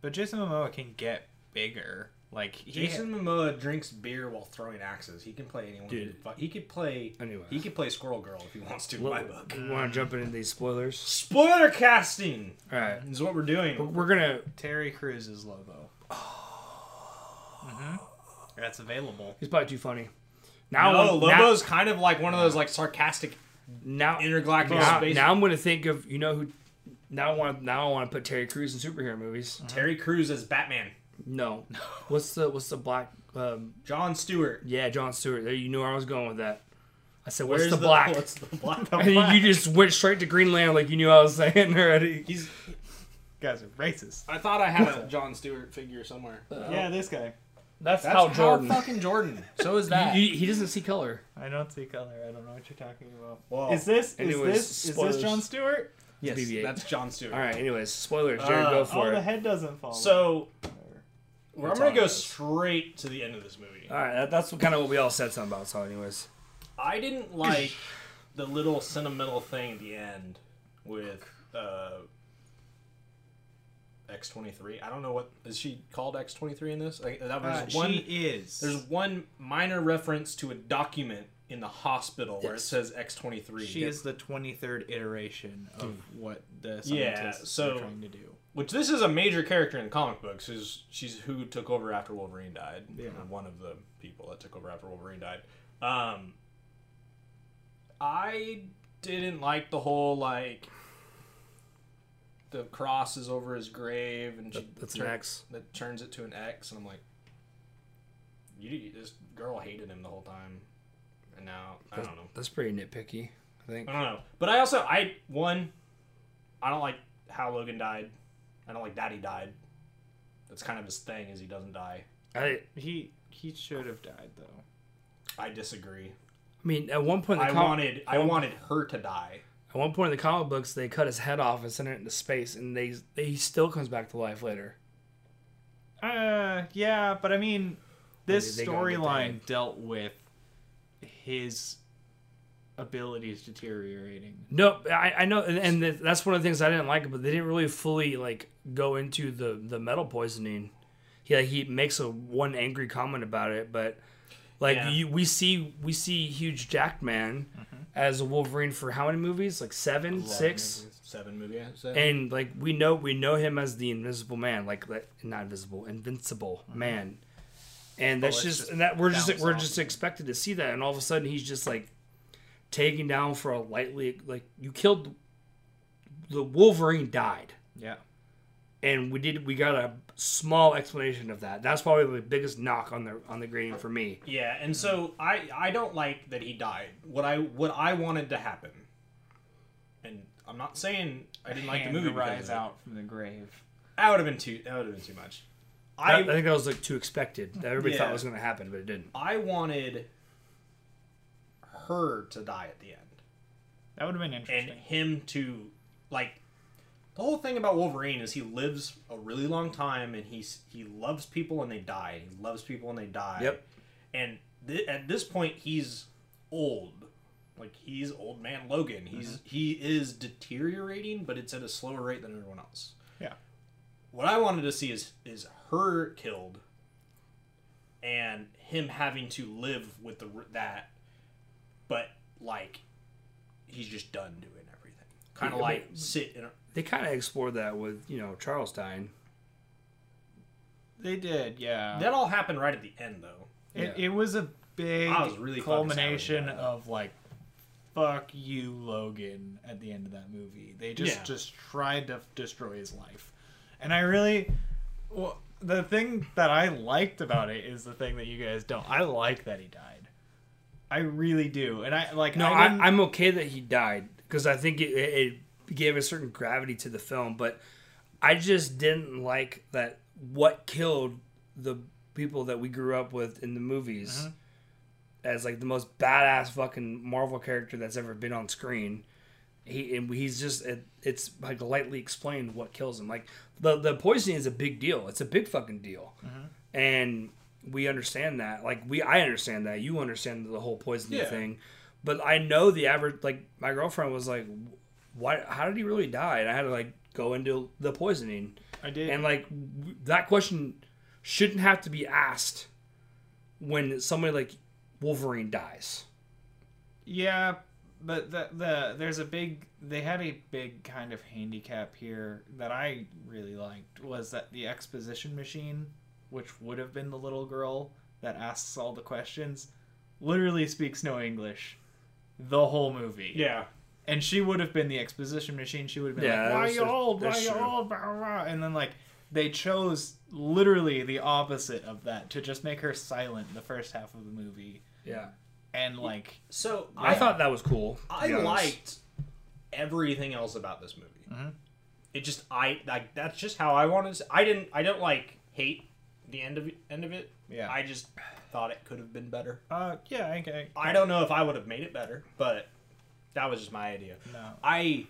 But Jason Momoa can get bigger. Like he Jason Momoa drinks beer while throwing axes. He can play anyone. Dude. He, he could play. Anyway. uh, He could play Squirrel Girl if he wants to. in my book. Want to jump into these spoilers? Spoiler casting All right, is what we're doing. we're gonna. Terry Crews is Lobo. hmm That's available. He's probably too funny. Now, No, I'm- now- Lobo's kind of like one of those like sarcastic now, intergalactic now, space. now I'm gonna think of you know who. Now I want. Now I want to put Terry Crews in superhero movies. Terry Crews as Batman. No. What's the What's the black? Um, John Stewart. yeah, John Stewart. There, you knew where I was going with that. I said, "What's Where's the, black?" What's the black? and then you just went straight to Green Lantern like you knew I was saying already. He's. guys are racist. Oh. I thought I had a John Stewart figure somewhere. Yeah, this guy. That's, That's how how Jordan. fucking Jordan. So is that. He, he doesn't see color. I don't see color. I don't know what you're talking about. Well, is this anyways, is this spoilers. is this John Stewart? yes, BB-8. that's John Stewart. All right. Anyways, spoilers. Jared, Uh, go Oh, for the it. head doesn't fall. So we're, I'm That's gonna all go it is. straight to the end of this movie. All right. That, that's kind of what we all said something about. So, anyways, I didn't like the little sentimental thing at the end with uh, X twenty three. I don't know what is she called X twenty three in this. Like, that was Uh, one. she is. There's one minor reference to a document in the hospital where it Yes. says X twenty three. She is the 23rd iteration of what the scientists Hmm. Yeah, are so- trying to do. which this is a major character in the comic books who's she's who took over after wolverine died Yeah. Or one of the people that took over after wolverine died um i didn't like the whole like the cross is over his grave and she that's an tur- X. that turns it to an x and i'm like you this girl hated him the whole time and now i don't know That's pretty nitpicky. I think. I don't know. But I also I one, I don't like how Logan died. I don't like that he died. That's kind of his thing is he doesn't die. I, I He he should have died though. I disagree. mean, at one point, in I the com- wanted I wanted her to die. at one point in the comic books, they cut his head off and sent it into space, and they, they he still comes back to life later. Uh, yeah, but I mean, this they gonna get storyline dealt with his abilities deteriorating. No, I, I know, and, and that- that's one of the things I didn't like. But they didn't really fully like go into the the metal poisoning. He like, he makes a one angry comment about it, but like Yeah. Mm-hmm. you, we see we see huge Jackman as a Wolverine for how many movies? Like seven, six, Seven movie I said. and like we know we know him as the Invisible Man, like that- not invisible, invincible man. And that's it's just, just and that we're just bounced we're off. just expected to see that, and all of a sudden he's just like taken down for a lightly like you killed the Wolverine died, Yeah. and we did we got a small explanation of that. That's probably the biggest knock on the on the grading for me. yeah, and so I I don't like that he died. What I what I wanted to happen. And I'm not saying I didn't like the Hand movie. rise Rise out. out from the grave. That would have been too. That would have been too much. I, I I think that was like too expected. That Everybody thought Yeah. it was going to happen, but it didn't. I wanted her to die at the end. That would have been and interesting. him to like the whole thing about Wolverine is he lives a really long time and he's he loves people and they die. He loves people and they die. Yep. And thi- at this point he's old. Like he's old man Logan. He's he is deteriorating, but it's at a slower rate than everyone else. Yeah. What I wanted to see is is her killed and him having to live with the r- that but like he's just done doing everything. Kind of Yeah, like sit in a, They kind of explored that with you know Charles dying. They did, yeah. That all happened right at the end, though. It, it was a big I was really fucking sad when he culmination died. of like, fuck you, Logan. At the end of that movie, they just Yeah. just tried to destroy his life, and I really, well, the thing that I liked about it is the thing that you guys don't. I like that he died. I really do, and I like. No, I, I didn't- I, am okay that he died because I think it, it it gave a certain gravity to the film, but I just didn't like that what killed the people that we grew up with in the movies Mm-hmm. as like the most badass fucking Marvel character that's ever been on screen he and he's just it, it's like lightly explained what kills him. Like the the poisoning is a big deal. It's a big fucking deal, Mm-hmm. and we understand that. Like we, I understand that. You understand the whole poisoning Yeah. thing, but I know the average. Like my girlfriend was like, "Why? How did he really die?" And I had to like go into the poisoning, I did. and like w- that question shouldn't have to be asked when somebody like Wolverine dies. Yeah, but the the there's a big they had a big kind of handicap here that I really liked was that the exposition machine, which would have been the little girl that asks all the questions, literally speaks no English the whole movie. Yeah. And she would have been the exposition machine. She would have been Yeah, like, why that's- that's- y'all, why that's true. y'all, blah, blah, blah. And then, like, they chose literally the opposite of that to just make her silent the first half of the movie. Yeah. And, like, So I thought that was cool. to I be honest. liked everything else about this movie. Mm-hmm. It just I like that's just how I wanted. To, I didn't I don't like hate the end of end of it. Yeah. I just thought it could have been better. uh, yeah, I, I, I don't know if I would have made it better, but that was just my idea. No. I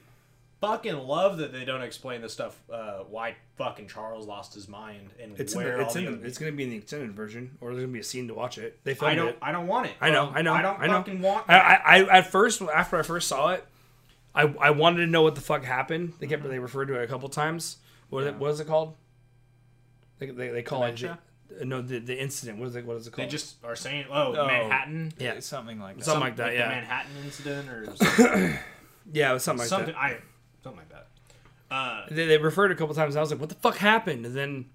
fucking love that they don't explain the stuff uh, why fucking Charles lost his mind and It's in where the, it's all in the, the, it's gonna be in the extended version, or there's gonna be a scene to watch it. They filmed I don't it. I don't want it. I know, Um, I know, I don't I know. fucking want I, that. I, I at first after I first saw it, I, I wanted to know what the fuck happened. They kept they referred to it a couple times. What is it, what is it called? They, they, they call Dementia? it uh, no the, the incident. What is it what is it they called? just are saying, "Oh, Oh. Manhattan." yeah It's something, something like that. like that. the yeah, Manhattan incident or yeah, it was something like something. that. I something like that. Uh, They, they referred a couple times. I was like, what the fuck happened? And then.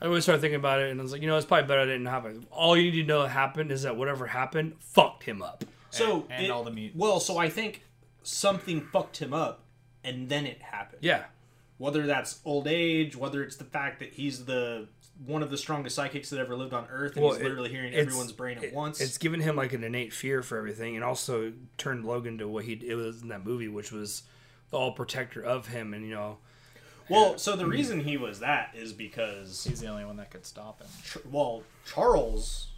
I really started thinking about it, and I was like, you know, it's probably better I didn't happen. All you need to know that happened is that whatever happened fucked him up. so and it- all the mutants. Well, so I think something fucked him up, and then it happened. Yeah, Whether that's old age, whether it's the fact that he's the one of the strongest psychics that ever lived on Earth, and Well, he's it- literally hearing it's- everyone's brain at it- once. It's given him like an innate fear for everything, and also turned Logan to what he it was in that movie, which was the all protector of him, and you know, well, so Mm-hmm. the reason he was that is because He's the only one that could stop him. Ch- well, Charles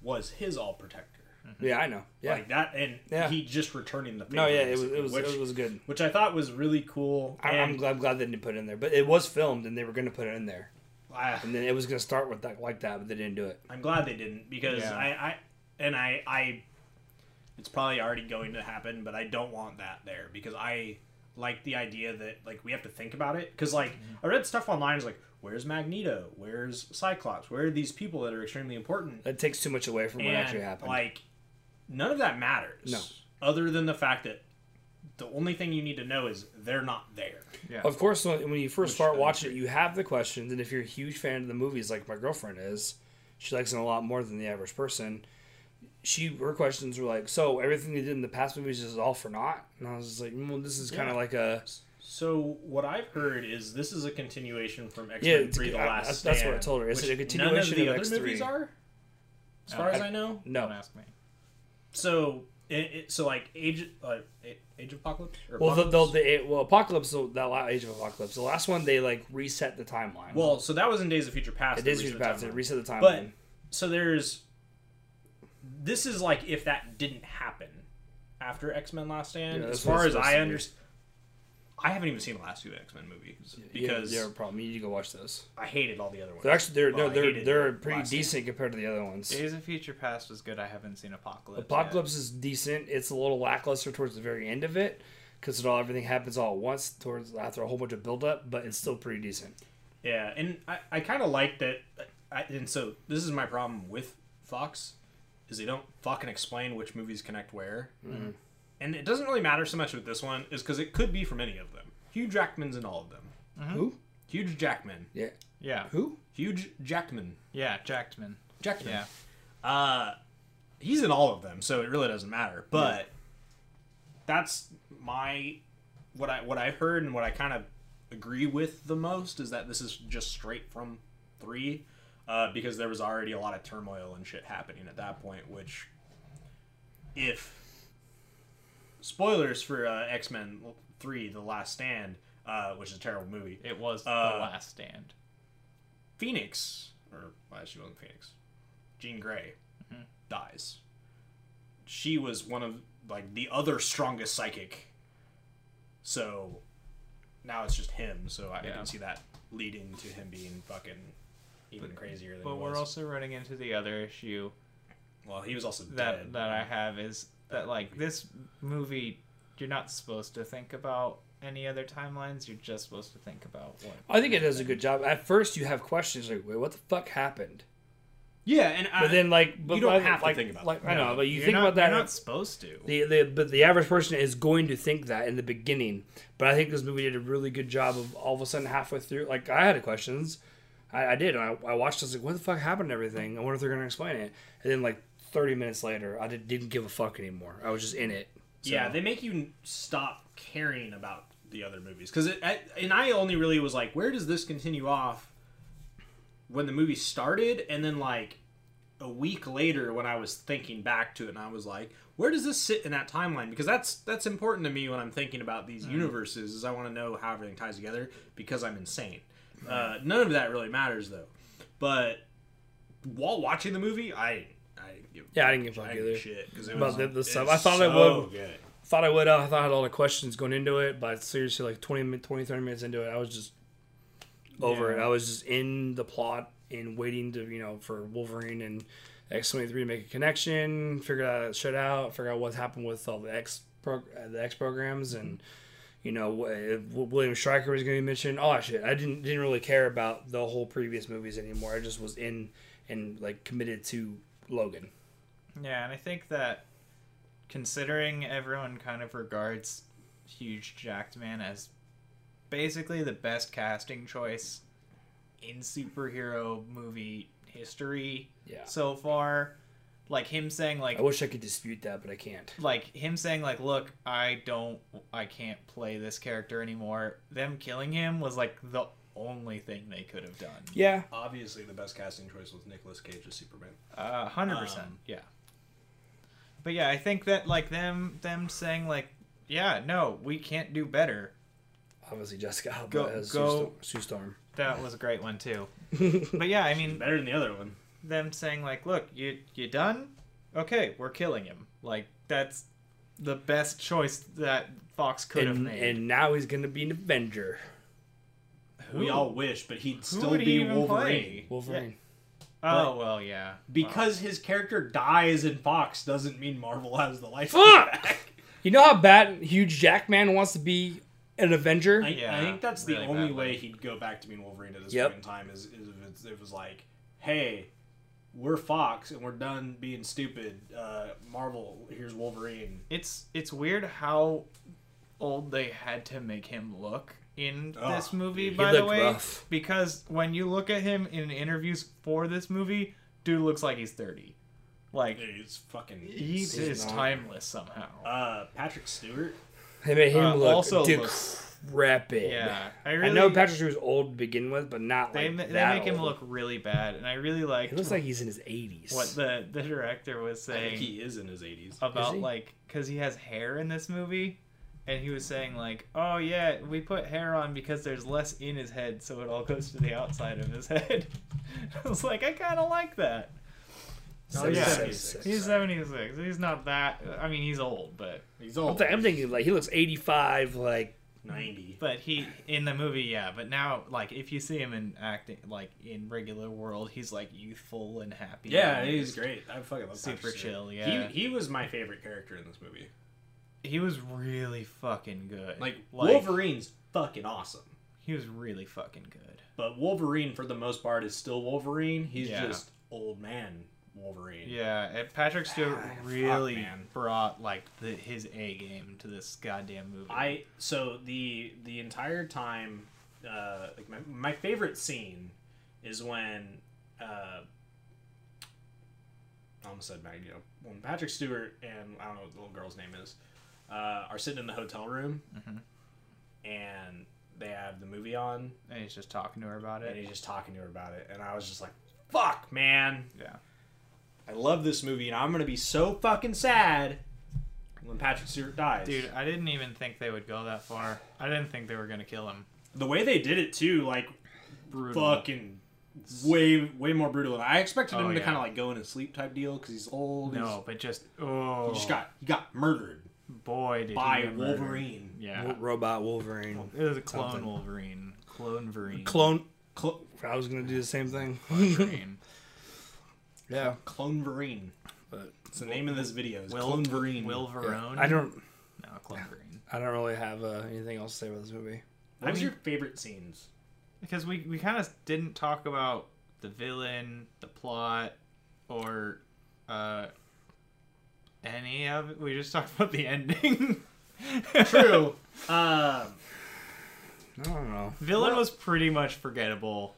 was his all protector. yeah, I know, yeah, Mm-hmm. Like that, and Yeah. he just returning the favor. no, yeah, it was basically, it was which, it was good. which I thought was really cool. I, I'm and glad, I'm glad they didn't put it in there, but it was filmed, and they were going to put it in there, I- and then it was going to start with that like that, but they didn't do it. I'm glad they didn't because Yeah. I, I and I I it's probably already going to happen, but I don't want that there because I like the idea that like we have to think about it because like Mm-hmm. I read stuff online is like where's Magneto, where's Cyclops, where are these people that are extremely important That takes too much away from what and, actually happened. Like none of that matters. No. Other than the fact that the only thing you need to know is they're not there. Yeah. Of course, when, when you first start I watching it, you have the questions, and if you're a huge fan of the movies, like my girlfriend is, she likes them a lot more than the average person. She her questions were like, "So everything they did in the past movies is all for naught?" And I was just like, "Well, this is kind of Yeah. like a So what I've heard is this is a continuation from X Yeah, Men it's- Three: The I- Last that's- Stand. that's what I told her. Is which it a none of continuation the of other X3? movies are, as No. far as I know. Don't no." ask me. So it, it, so like Age uh, Age of Apocalypse. Or Well, the, the, Apocalypse? the well apocalypse the- that la- Age of Apocalypse, the last one they like reset the timeline. well, so that was in Days of Future Past. it the is recent reset the timeline. reset the timeline. But so there's this is like if that didn't happen after X Men Last Stand. Yeah, as that's what far as it's supposed I to be. understand, I haven't even seen the last two X Men movies because you have a problem. You need to go watch those. I hated all the other ones. They're actually they're Well, I no, they're hated they're the pretty last one. decent compared to the other ones. Days of Future Past was good. I haven't seen Apocalypse. yet. Apocalypse is decent. It's a little lackluster towards the very end of it because it all everything happens all at once towards after a whole bunch of buildup, but it's still pretty decent. Yeah, and I, I kind of like that. I, and so this is my problem with Fox, is they don't fucking explain which movies connect where, and it doesn't really matter so much with this one, is because it could be from any of them. Hugh Jackman's in all of them. Who? Huge Jackman. Yeah. Yeah. Who? Huge Jackman. Yeah, Jackman. Jackman. Yeah. Uh, he's in all of them, so it really doesn't matter. But that's my what I what I've heard and what I kind of agree with the most is that this is just straight from three, uh, because there was already a lot of turmoil and shit happening at that point. Which, if spoilers for uh, X Men Three: The Last Stand, uh, which is a terrible movie, It was Uh, The Last Stand. Phoenix, or well, she wasn't Phoenix, Jean gray Mm-hmm. dies. She was one of like the other strongest psychic So now it's just him. So I, I Yeah. can see that leading to him being fucking even crazier than But he we're was. also running into the other issue well, he was also that dead. that I have is that like this movie, you're not supposed to think about any other timelines. You're just supposed to think about what. I think it does a good job. At first, you have questions like, "Wait, what the fuck happened?" yeah, and I, But then, like, but you don't like, have to like, think about like, I know, but you You're think not- about that. You're not supposed to. The, the but the average person is going to think that in the beginning. But I think this movie did a really good job of all of a sudden halfway through. Like I had questions, I, I did. And I, I watched. I was like, "What the fuck happened to everything? I wonder if they're gonna explain it." And then like thirty minutes later, I did, didn't give a fuck anymore. I was just in it. So, Yeah, they make you stop caring about the other movies because it. I, and I only really was like, where does this continue off? When the movie started, and then like a week later, when I was thinking back to it, and I was like, where does this sit in that timeline? Because that's that's important to me when I'm thinking about Mm. these universes. Is I want to know how everything ties together because I'm insane. Uh, none of that really matters though. But while watching the movie, I. I didn't give, Yeah, I didn't give a fuck didn't either. Shit, 'cause it About was, the- the it sub- was I thought it so would- good. thought I would. uh, I thought I had a lot of questions going into it, but seriously, like 20, min- 20 30 minutes into it, I was just over Yeah. it. I was just in the plot and waiting to, you know, for Wolverine and X twenty three to make a connection, figure that shit out, figure out what happened with all the X prog- uh, the X programs, and you know, wh- if W- William Stryker was going to be mentioned. All that shit. I didn't didn't really care about the whole previous movies anymore. I just was in and like committed to Logan. Yeah, and I think that considering everyone kind of regards Huge Jackman as basically the best casting choice in superhero movie history Yeah. so far, like him saying like I wish I could dispute that, but I can't. like him saying like look i don't i can't play this character anymore them killing him was like the only thing they could have done Yeah, obviously the best casting choice was Nicolas Cage as Superman. Uh, hundred percent. Um, Yeah. But yeah, I think that like them them saying like, yeah, no, we can't do better. obviously Jessica Alba Go- as go- Sue, Storm. That was a great one too. Sue Storm. But yeah, I mean Better than the other one. them saying like, look, you you done? Okay, we're killing him. Like that's the best choice that Fox could have and, made. and now he's gonna be an Avenger. We Who? all wish, but he'd Who still would he be even Wolverine play? Wolverine. Oh well, yeah. because his character dies in Fox doesn't mean Marvel has the license Fuck! back. You know how bad Huge Jackman wants to be an Avenger. I, Yeah, I think that's the really only badly. way he'd go back to being Wolverine at this Yep. point in time is, is if it's, it was like, hey, we're Fox and we're done being stupid. Uh, Marvel, here's Wolverine. It's it's weird how old they had to make him look in Oh, this movie. he by the looked way, rough. because when you look at him in interviews for this movie, dude looks like he's thirty. Like It's fucking. he He's is not. timeless somehow. Uh, Patrick Stewart. They made him Uh, look also looks- decrepit. yeah, I I, really. know Patrick Stewart was old to begin with, but not They, like ma- they that make him old. look really bad, and I really liked He looks like he's in his eighties. what the the director was I think saying. he is in his 80s. about he? like because he has hair in this movie and he was saying like oh yeah we put hair on because there's less in his head so it all goes to the outside of his head i was like i kind of like that Oh, yeah. he's He's- 76 he's not that i mean he's old but He's old. I'm, thi- I'm thinking like he looks eighty-five. Like 90. but he in the movie yeah but now like if you see him in acting like in regular world he's like youthful and happy Yeah, and he's great. I fucking love Super Patrick Stewart. chill, yeah. he, he was my favorite character in this movie. he was really fucking good Like, Wolverine's fucking awesome, he was really fucking good but Wolverine for the most part is still Wolverine. He's Yeah. just old man Wolverine. Yeah, and Patrick Stewart Ah, fuck, really man. brought like the, his A game to this goddamn movie. I so the the entire time, uh, like my my favorite scene is when. Uh, I almost said Maggie. When Patrick Stewart and I don't know what the little girl's name is, uh, are sitting in the hotel room, Mhm. and they have the movie on, and he's just talking to her about and he's it. just talking to her about it, and I was just like, "Fuck, man, Yeah, I love this movie, and I'm gonna be so fucking sad when Patrick Stewart dies." dude, I didn't even think they would go that far. I didn't think they were gonna kill him. the way they did it too, like Brutal. fucking way way more brutal than I expected him Oh, to yeah. kind of like go in a sleep type deal because he's old. he's- No, but just oh, he just got he got murdered. Boy, did he by ever- Wolverine. Yeah, Robot Wolverine. it was a clone Something. Wolverine, clone Verine, Clone. Cl- I was gonna do the same thing. Wolverine. yeah, Clone Verine. but It's the name of this video. Is Will Clone Verine. Will Verone. I don't. No, clone Verine. I don't really have uh, anything else to say about this movie. What I was mean- your favorite scenes? Because we we kind of didn't talk about the villain, the plot, or uh any of it. We just talked about the ending. True. um, I don't know. villain Well- was pretty much forgettable.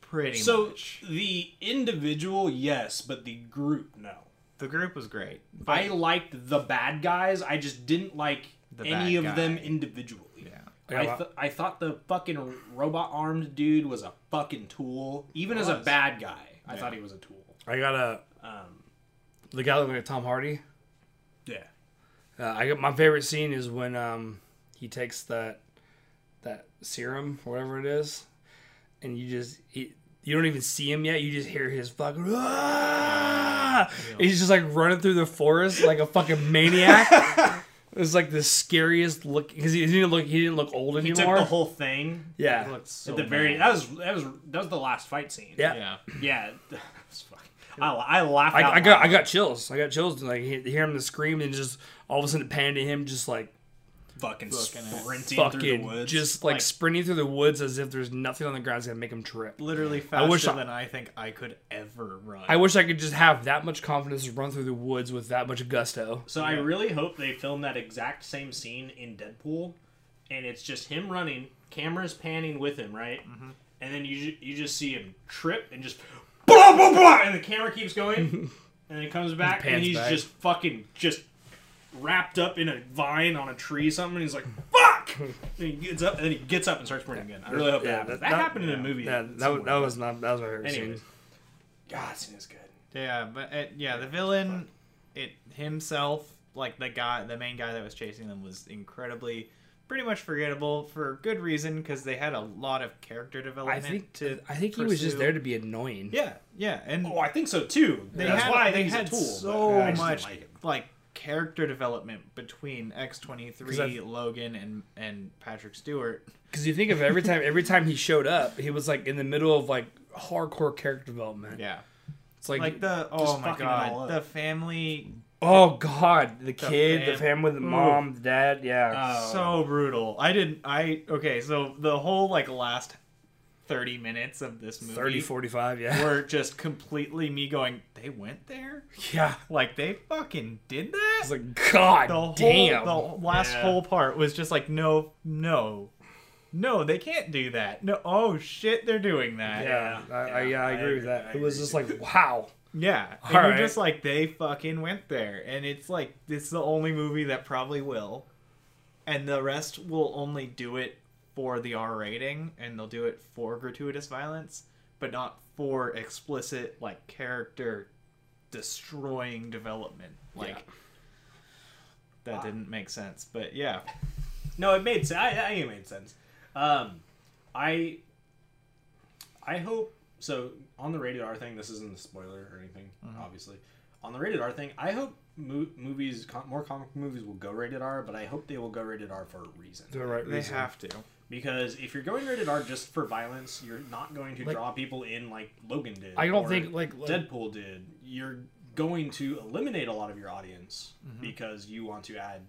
Pretty so much. the individual, yes, but the group, no. The group was great. But I liked the bad guys. I just didn't like The any of bad them guy. individually. yeah. I, th- I thought the fucking robot armed dude was a fucking tool. Even as a Was. bad guy, I Yeah. thought he was a tool. I got a Um, the guy looking like Tom Hardy. yeah. Uh, I got my favorite scene is when um he takes that that serum, whatever it is, and you just he, you don't even see him yet. You just hear his fucking. "Ah!" And He's just like running through the forest like a fucking maniac. It was like the scariest look because he didn't look he didn't look old He anymore. took the whole thing yeah, It looked so at the very. bad. That was that was that was the last fight scene. Oh, yeah. Yeah. Yeah. That was fucking, I, I laughed. I, out I got loud. I got chills. I got chills. Like he- hear him scream and just all of a sudden it panned to him just like fucking Fucking ass. sprinting through the fucking woods, just like, sprinting through the woods as if there's nothing on the ground that's gonna make him trip. Literally faster wish I- than I think I could ever run. I wish I could just have that much confidence to run through the woods with that much gusto. So I really hope they film that exact same scene in Deadpool, and it's just him running, cameras panning with him, right? Mm-hmm. And then you ju- you just see him trip and just blah blah blah, and the camera keeps going, and then it comes back, and, pans he's back. just fucking just wrapped up in a vine on a tree, something. And he's like, "Fuck!" and he gets up, and then he gets up and starts running again. I really hope Yeah, that happens. That, happened in a movie. Yeah, that, was- that was not that was my favorite Anyways. scene. God, scene is good. Yeah, but uh yeah, the villain, it himself, like the guy, the main guy that was chasing them, was incredibly, pretty much forgettable for good reason because they had a lot of character I development. think to I think he was just pursue. there to be annoying. Yeah, yeah, and Oh, I think so too. they That's had why I they think he's had a tool. so but I just didn't much like him. like character development between X twenty 'Cause three, I've- Logan, and and Patrick Stewart. Because you think of every time every time he showed up, he was like in the middle of like hardcore character development. Yeah, It's like, like the oh my fucking it all god, up. the family oh god, the The kid, the fam- family, the mom, the dad, yeah. Oh. so brutal. I didn't. I okay. So the whole like last thirty minutes of this movie 30, 45, yeah. were just completely me going. They went there. Yeah. Like they fucking did that. It's like, God the whole damn. the last Yeah. whole part was just like no, no, no. They can't do that. No. Oh shit, they're doing that. yeah, I, I, yeah, I agree with that. I it was just like, wow. Yeah. And All you're right. just like they fucking went there, and it's like it's the only movie that probably will, and the rest will only do it for the R rating, and they'll do it for gratuitous violence, but not for explicit like character destroying development. Like that didn't make sense, but yeah. No, it made sense. I, I think it made sense. Um, I I hope so. On the rated R thing, this isn't a spoiler or anything, Mm-hmm. obviously. On the rated R thing, I hope mo- movies, com- more comic movies, will go rated R, but I hope they will go rated R for a reason. The right They reason. have to. Because if you're going rated R just for violence, you're not going to draw people in like Logan did. I don't or think, like, like- Deadpool did. You're going to eliminate a lot of your audience Mm-hmm. because you want to add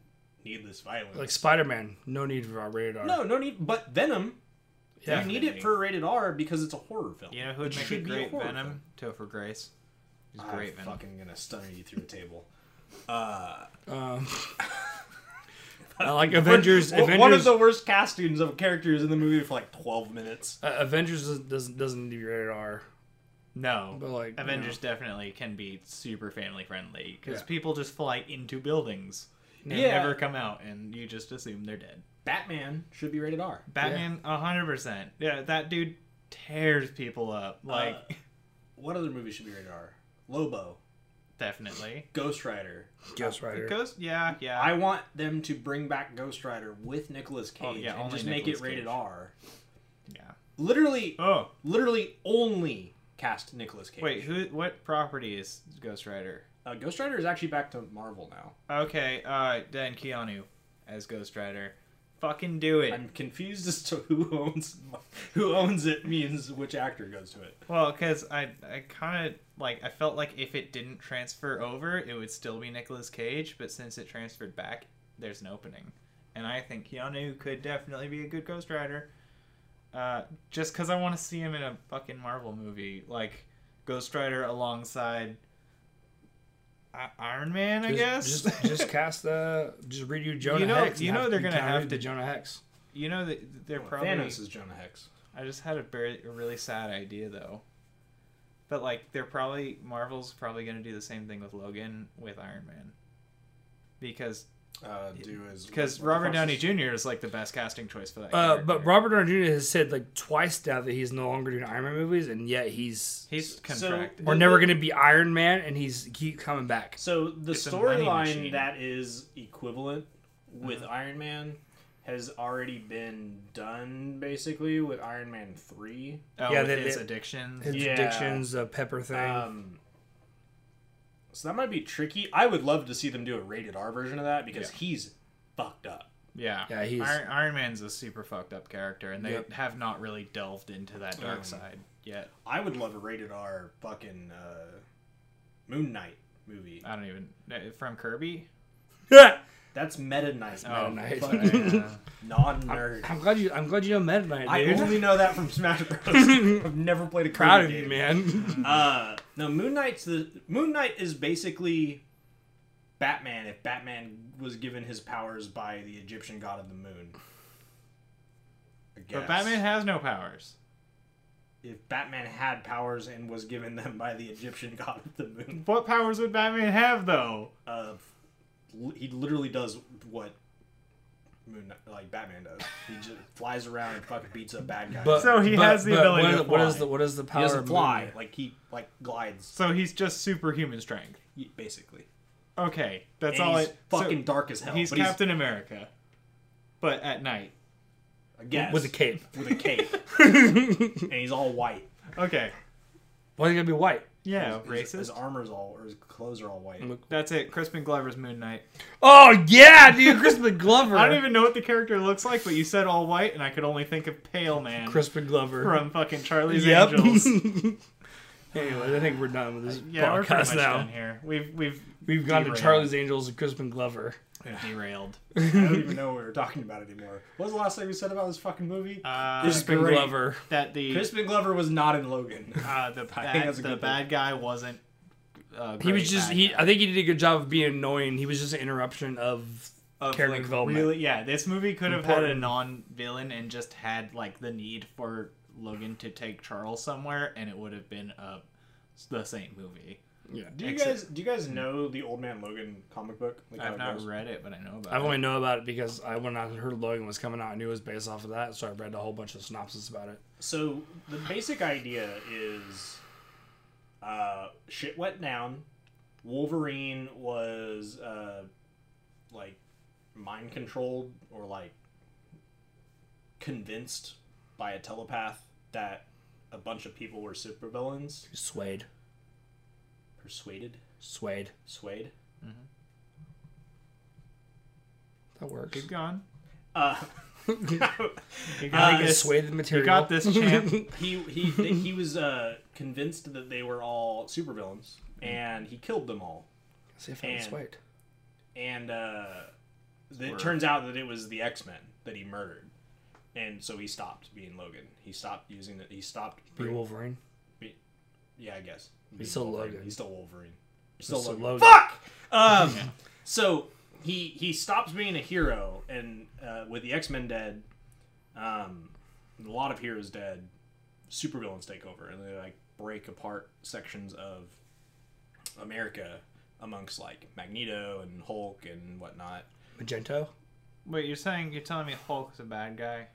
needless violence. Like Spider Man, no need for our rated R. No, no need. But Venom, Yeah. you need it for rated R because it's a horror film. You know who would It make a should be a great horror Venom? Topher Grace. He's I'm great Venom. Ah, fucking gonna stunner you through a table. Uh, Um, I like Avengers. one- Avengers One of the worst castings of characters in the movie for like 12 minutes. uh, Avengers doesn't, doesn't doesn't need to be rated R. No, But, like, you Avengers definitely can be super family friendly because Yeah. people just fly into buildings and Yeah. never come out, and you just assume they're dead. Batman should be rated R. Batman, hundred percent. Yeah, that dude tears people up. Like, Uh, What other movie should be rated R? Lobo, definitely. Ghost Rider. Ghost Rider. Ghost, yeah, yeah. I want them to bring back Ghost Rider with Nicolas Cage Oh, yeah, and only just make Nicolas it rated Cage. R. yeah. Literally, Oh literally only cast Nicolas Cage. wait, who? What property is Ghost Rider? Uh, Ghost Rider is actually back to Marvel now. Okay, uh, then Keanu as Ghost Rider. Fucking do it. I'm confused as to who owns who owns it means which actor goes to it. Well, because I, I kind of like I felt like if it didn't transfer over, it would still be Nicolas Cage, but since it transferred back, there's an opening, and I think Keanu could definitely be a good Ghost Rider. Uh, just because I want to see him in a fucking Marvel movie, like Ghost Rider alongside I- Iron Man, I guess. Just- Just, just cast the just redo Jonah You know- Hex. and you know have- they're gonna Keanu have do to- Jonah Hex. you know that they're probably Thanos is Jonah Hex. I just had a, bar- a really sad idea though. But like they're probably Marvel's probably going to do the same thing with Logan with Iron Man. Because Uh, do is what cuz the Robert fuck's Downey his- Jr. is like the best casting choice for that. Uh, but character. Robert Downey Jr. has said like twice now that he's no longer doing Iron Man movies, and yet he's he's So- contracted. we're never gonna be Iron Man, and he's keep coming back. So the It's a money storyline machine. Uh-huh. that is equivalent with Iron Man has already been done basically with Iron Man three. oh, Yeah, with they- his they- addiction. His Yeah. addictions, the Pepper thing. Um, so that might be tricky. I would love to see them do a rated R version of that because Yeah. he's fucked up. yeah. yeah, he's- Iron, Iron Man's a super fucked up character and they Yep. have not really delved into that dark Um, side yet. I would love a rated R fucking uh, Moon Knight movie. I don't even uh, from Kirby. That's Meta Knight. Oh, Meta Knight. uh, non nerd. I'm glad you. I'm glad you know Meta Knight, I dude. only know that from Smash Bros. I've never played a proud Kirby of you, game. man. Uh, no, Moon Knight's the Moon Knight is basically Batman if Batman was given his powers by the Egyptian god of the moon. I guess. But Batman has no powers. if Batman had powers and was given them by the Egyptian god of the moon, What powers would Batman have though? uh, li- he literally does what Moon Knight- like Batman does. He just flies around and fucking beats up bad guys. So he has the ability to what, What is fly. the what is the power? he doesn't of fly. Moon Like he like glides So he's just superhuman strength. basically. Okay, that's And all he's it. so fucking dark as hell. he's but Captain America, but at night. he's, again, Knight? with a cape. with a cape, and he's all white. Okay, Why is he gonna be white? yeah, His, his racist. armor's all, or his clothes are all white. That's it. Crispin Glover's Moon Knight. Oh yeah, dude, Crispin Glover. I don't even know what the character looks like, but you said all white, and I could only think of Pale Man Crispin Glover. from fucking Charlie's yep. Angels. anyway, I think we're done with this Yeah, we're pretty much podcast now. done here. We've we've We've gone to derailed. Charlie's Angels and Crispin Glover. We've derailed. I don't even know what we were talking about anymore. What was the last thing we said about this fucking movie? Uh, This is Crispin great. Glover. that the Crispin Glover was not in Logan. uh, the think bad, that's a the good bad guy wasn't. Uh, He was just he. I think he did a good job of being annoying. He was just an interruption of of, character like, development. Really, yeah, this movie could have had a Important. non-villain and just had like the need for Logan to take Charles somewhere, and it would have been uh, the same movie. yeah. Do you Except- guys do you guys know the Old Man Logan comic book? Like how I've Oh, it not goes? read it, but I know about. I've it. only know about it because I when I heard Logan was coming out, I knew it was based off of that, so I read a whole bunch of synopsis about it. So the basic idea is, uh, shit went down. Wolverine was uh, like mind controlled or like convinced by a telepath that a bunch of people were supervillains. Swayed, Persuaded, swayed. swayed. That works. Keep going. Uh, You I got think it's this. swayed the You material. got this, champ. he he he was uh, convinced that they were all supervillains, and he killed them all. See if I And- can swayed. and uh, it Word. turns out that it was the X Men that he murdered, and so he stopped being Logan. He stopped using it. He stopped. Be being- Wolverine. yeah, I guess. He's still Wolverine. Logan. He's still Wolverine. He's still still Logan. Logan. Fuck. Um. So he he stops being a hero, and uh, with the X Men dead, um, a lot of heroes dead. Supervillains take over, and they like break apart sections of America amongst like Magneto and Hulk and whatnot. Magento. Wait, you're saying you're telling me Hulk's a bad guy?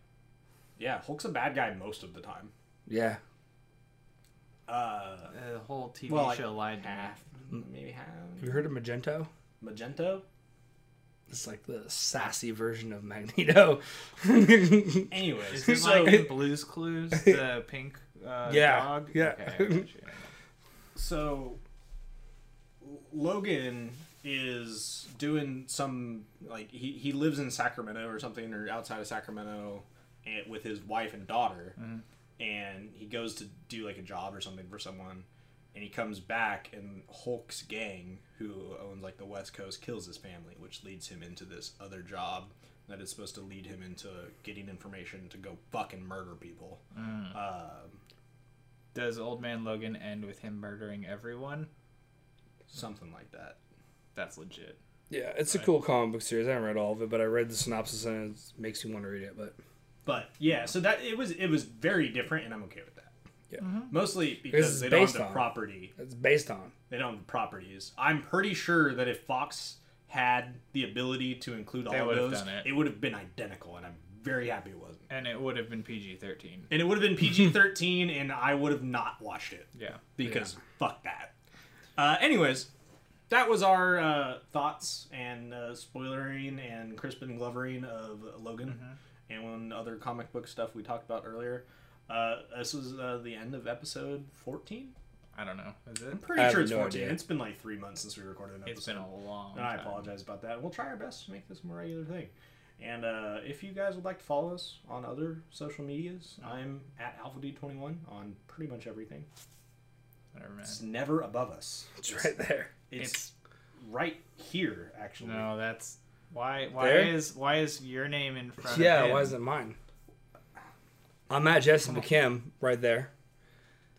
Yeah, Hulk's a bad guy most of the time. Yeah. Uh, The whole TV Well, like, show lied to me. half, maybe half. Have you heard of Magento? Magento. It's like the sassy version of Magneto. Anyways, Is it so like Blue's Clues, the pink uh, Yeah, dog? yeah. Okay, I got you. so Logan is doing some like he, he lives in Sacramento or something or outside of Sacramento and with his wife and daughter and he goes to do like a job or something for someone and he comes back and Hulk's gang who owns like the West Coast kills his family which leads him into this other job that is supposed to lead him into getting information to go fucking murder people. Um, Mm. Does Old Man Logan end with him murdering everyone? something like that. That's legit. Yeah, it's a cool comic book series. I haven't read all of it, but I read the synopsis and it makes you want to read it. But But yeah, so that it was it was very different, and I'm okay with that. Yeah. Mm-hmm. mostly This because is they don't have based the on- property. it's based on. They don't have the properties. I'm pretty sure that if Fox had the ability to include all They of would've those, done it. it would have been identical, and I'm very happy it wasn't. And it would have been PG 13. And it would have been PG-13, and I would have not watched it. Yeah. because fuck that. Uh, anyways, that was our uh, thoughts and uh, spoilering and Crispin Glovering of Logan Mm-hmm. and one other comic book stuff we talked about earlier. Uh, this was uh, the end of episode 14. I don't know. Is it? I'm pretty I have sure it's no 14. idea. It's been like three months since we recorded an episode. It's been a long And I time. apologize about that. We'll try our best to make this a more regular thing. And uh, if you guys would like to follow us on other social medias, I'm at AlphaD21 on pretty much everything. Never mind. It's never above us. It's right there. It's, It's- right here, actually. No, that's why. Why There? is why is your name in front? Yeah, of him? why isn't it mine? I'm at Jesse McKim right there,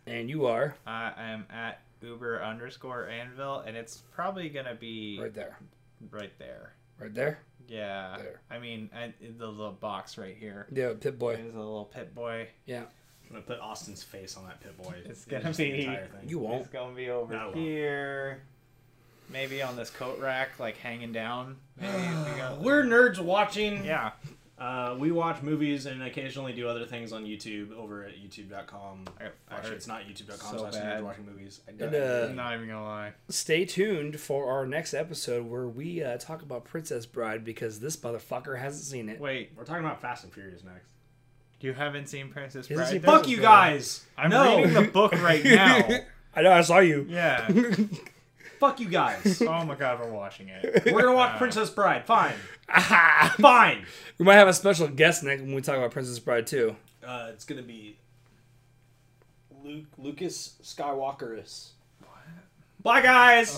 and you are I am at Uber underscore Anvil, and it's probably gonna be right right, there, there. right there. Yeah, There. I mean I, the little box right here. Yeah, Pit Boy. There's a little pit boy. Yeah, I'm gonna put Austin's face on that pit boy. It's gonna just the be- entire thing. you won't. It's gonna be over No, it won't. here. Maybe on this coat rack, like hanging down. Maybe if we go- Uh, We're nerds watching. yeah, Uh, we watch movies and occasionally do other things on YouTube over at youtube.com. I- I Actually, heard it's not youtube.com. so slash bad. nerds watching movies. I And, uh, I'm not even gonna lie. Stay tuned for our next episode where we uh, talk about Princess Bride because this motherfucker hasn't seen it. Wait, We're talking about Fast and Furious next. you haven't seen Princess Isn't she Bride? This Fuck is you bad. guys! I'm no. reading the book right now. I know. I saw you. Yeah. Fuck you guys. Oh my god, we're watching it. We're gonna watch Uh, Princess Bride. Fine. Aha! Fine. We might have a special guest next when we talk about Princess Bride too. Uh, it's gonna be Luke Lucas Skywalkerus. Bye guys.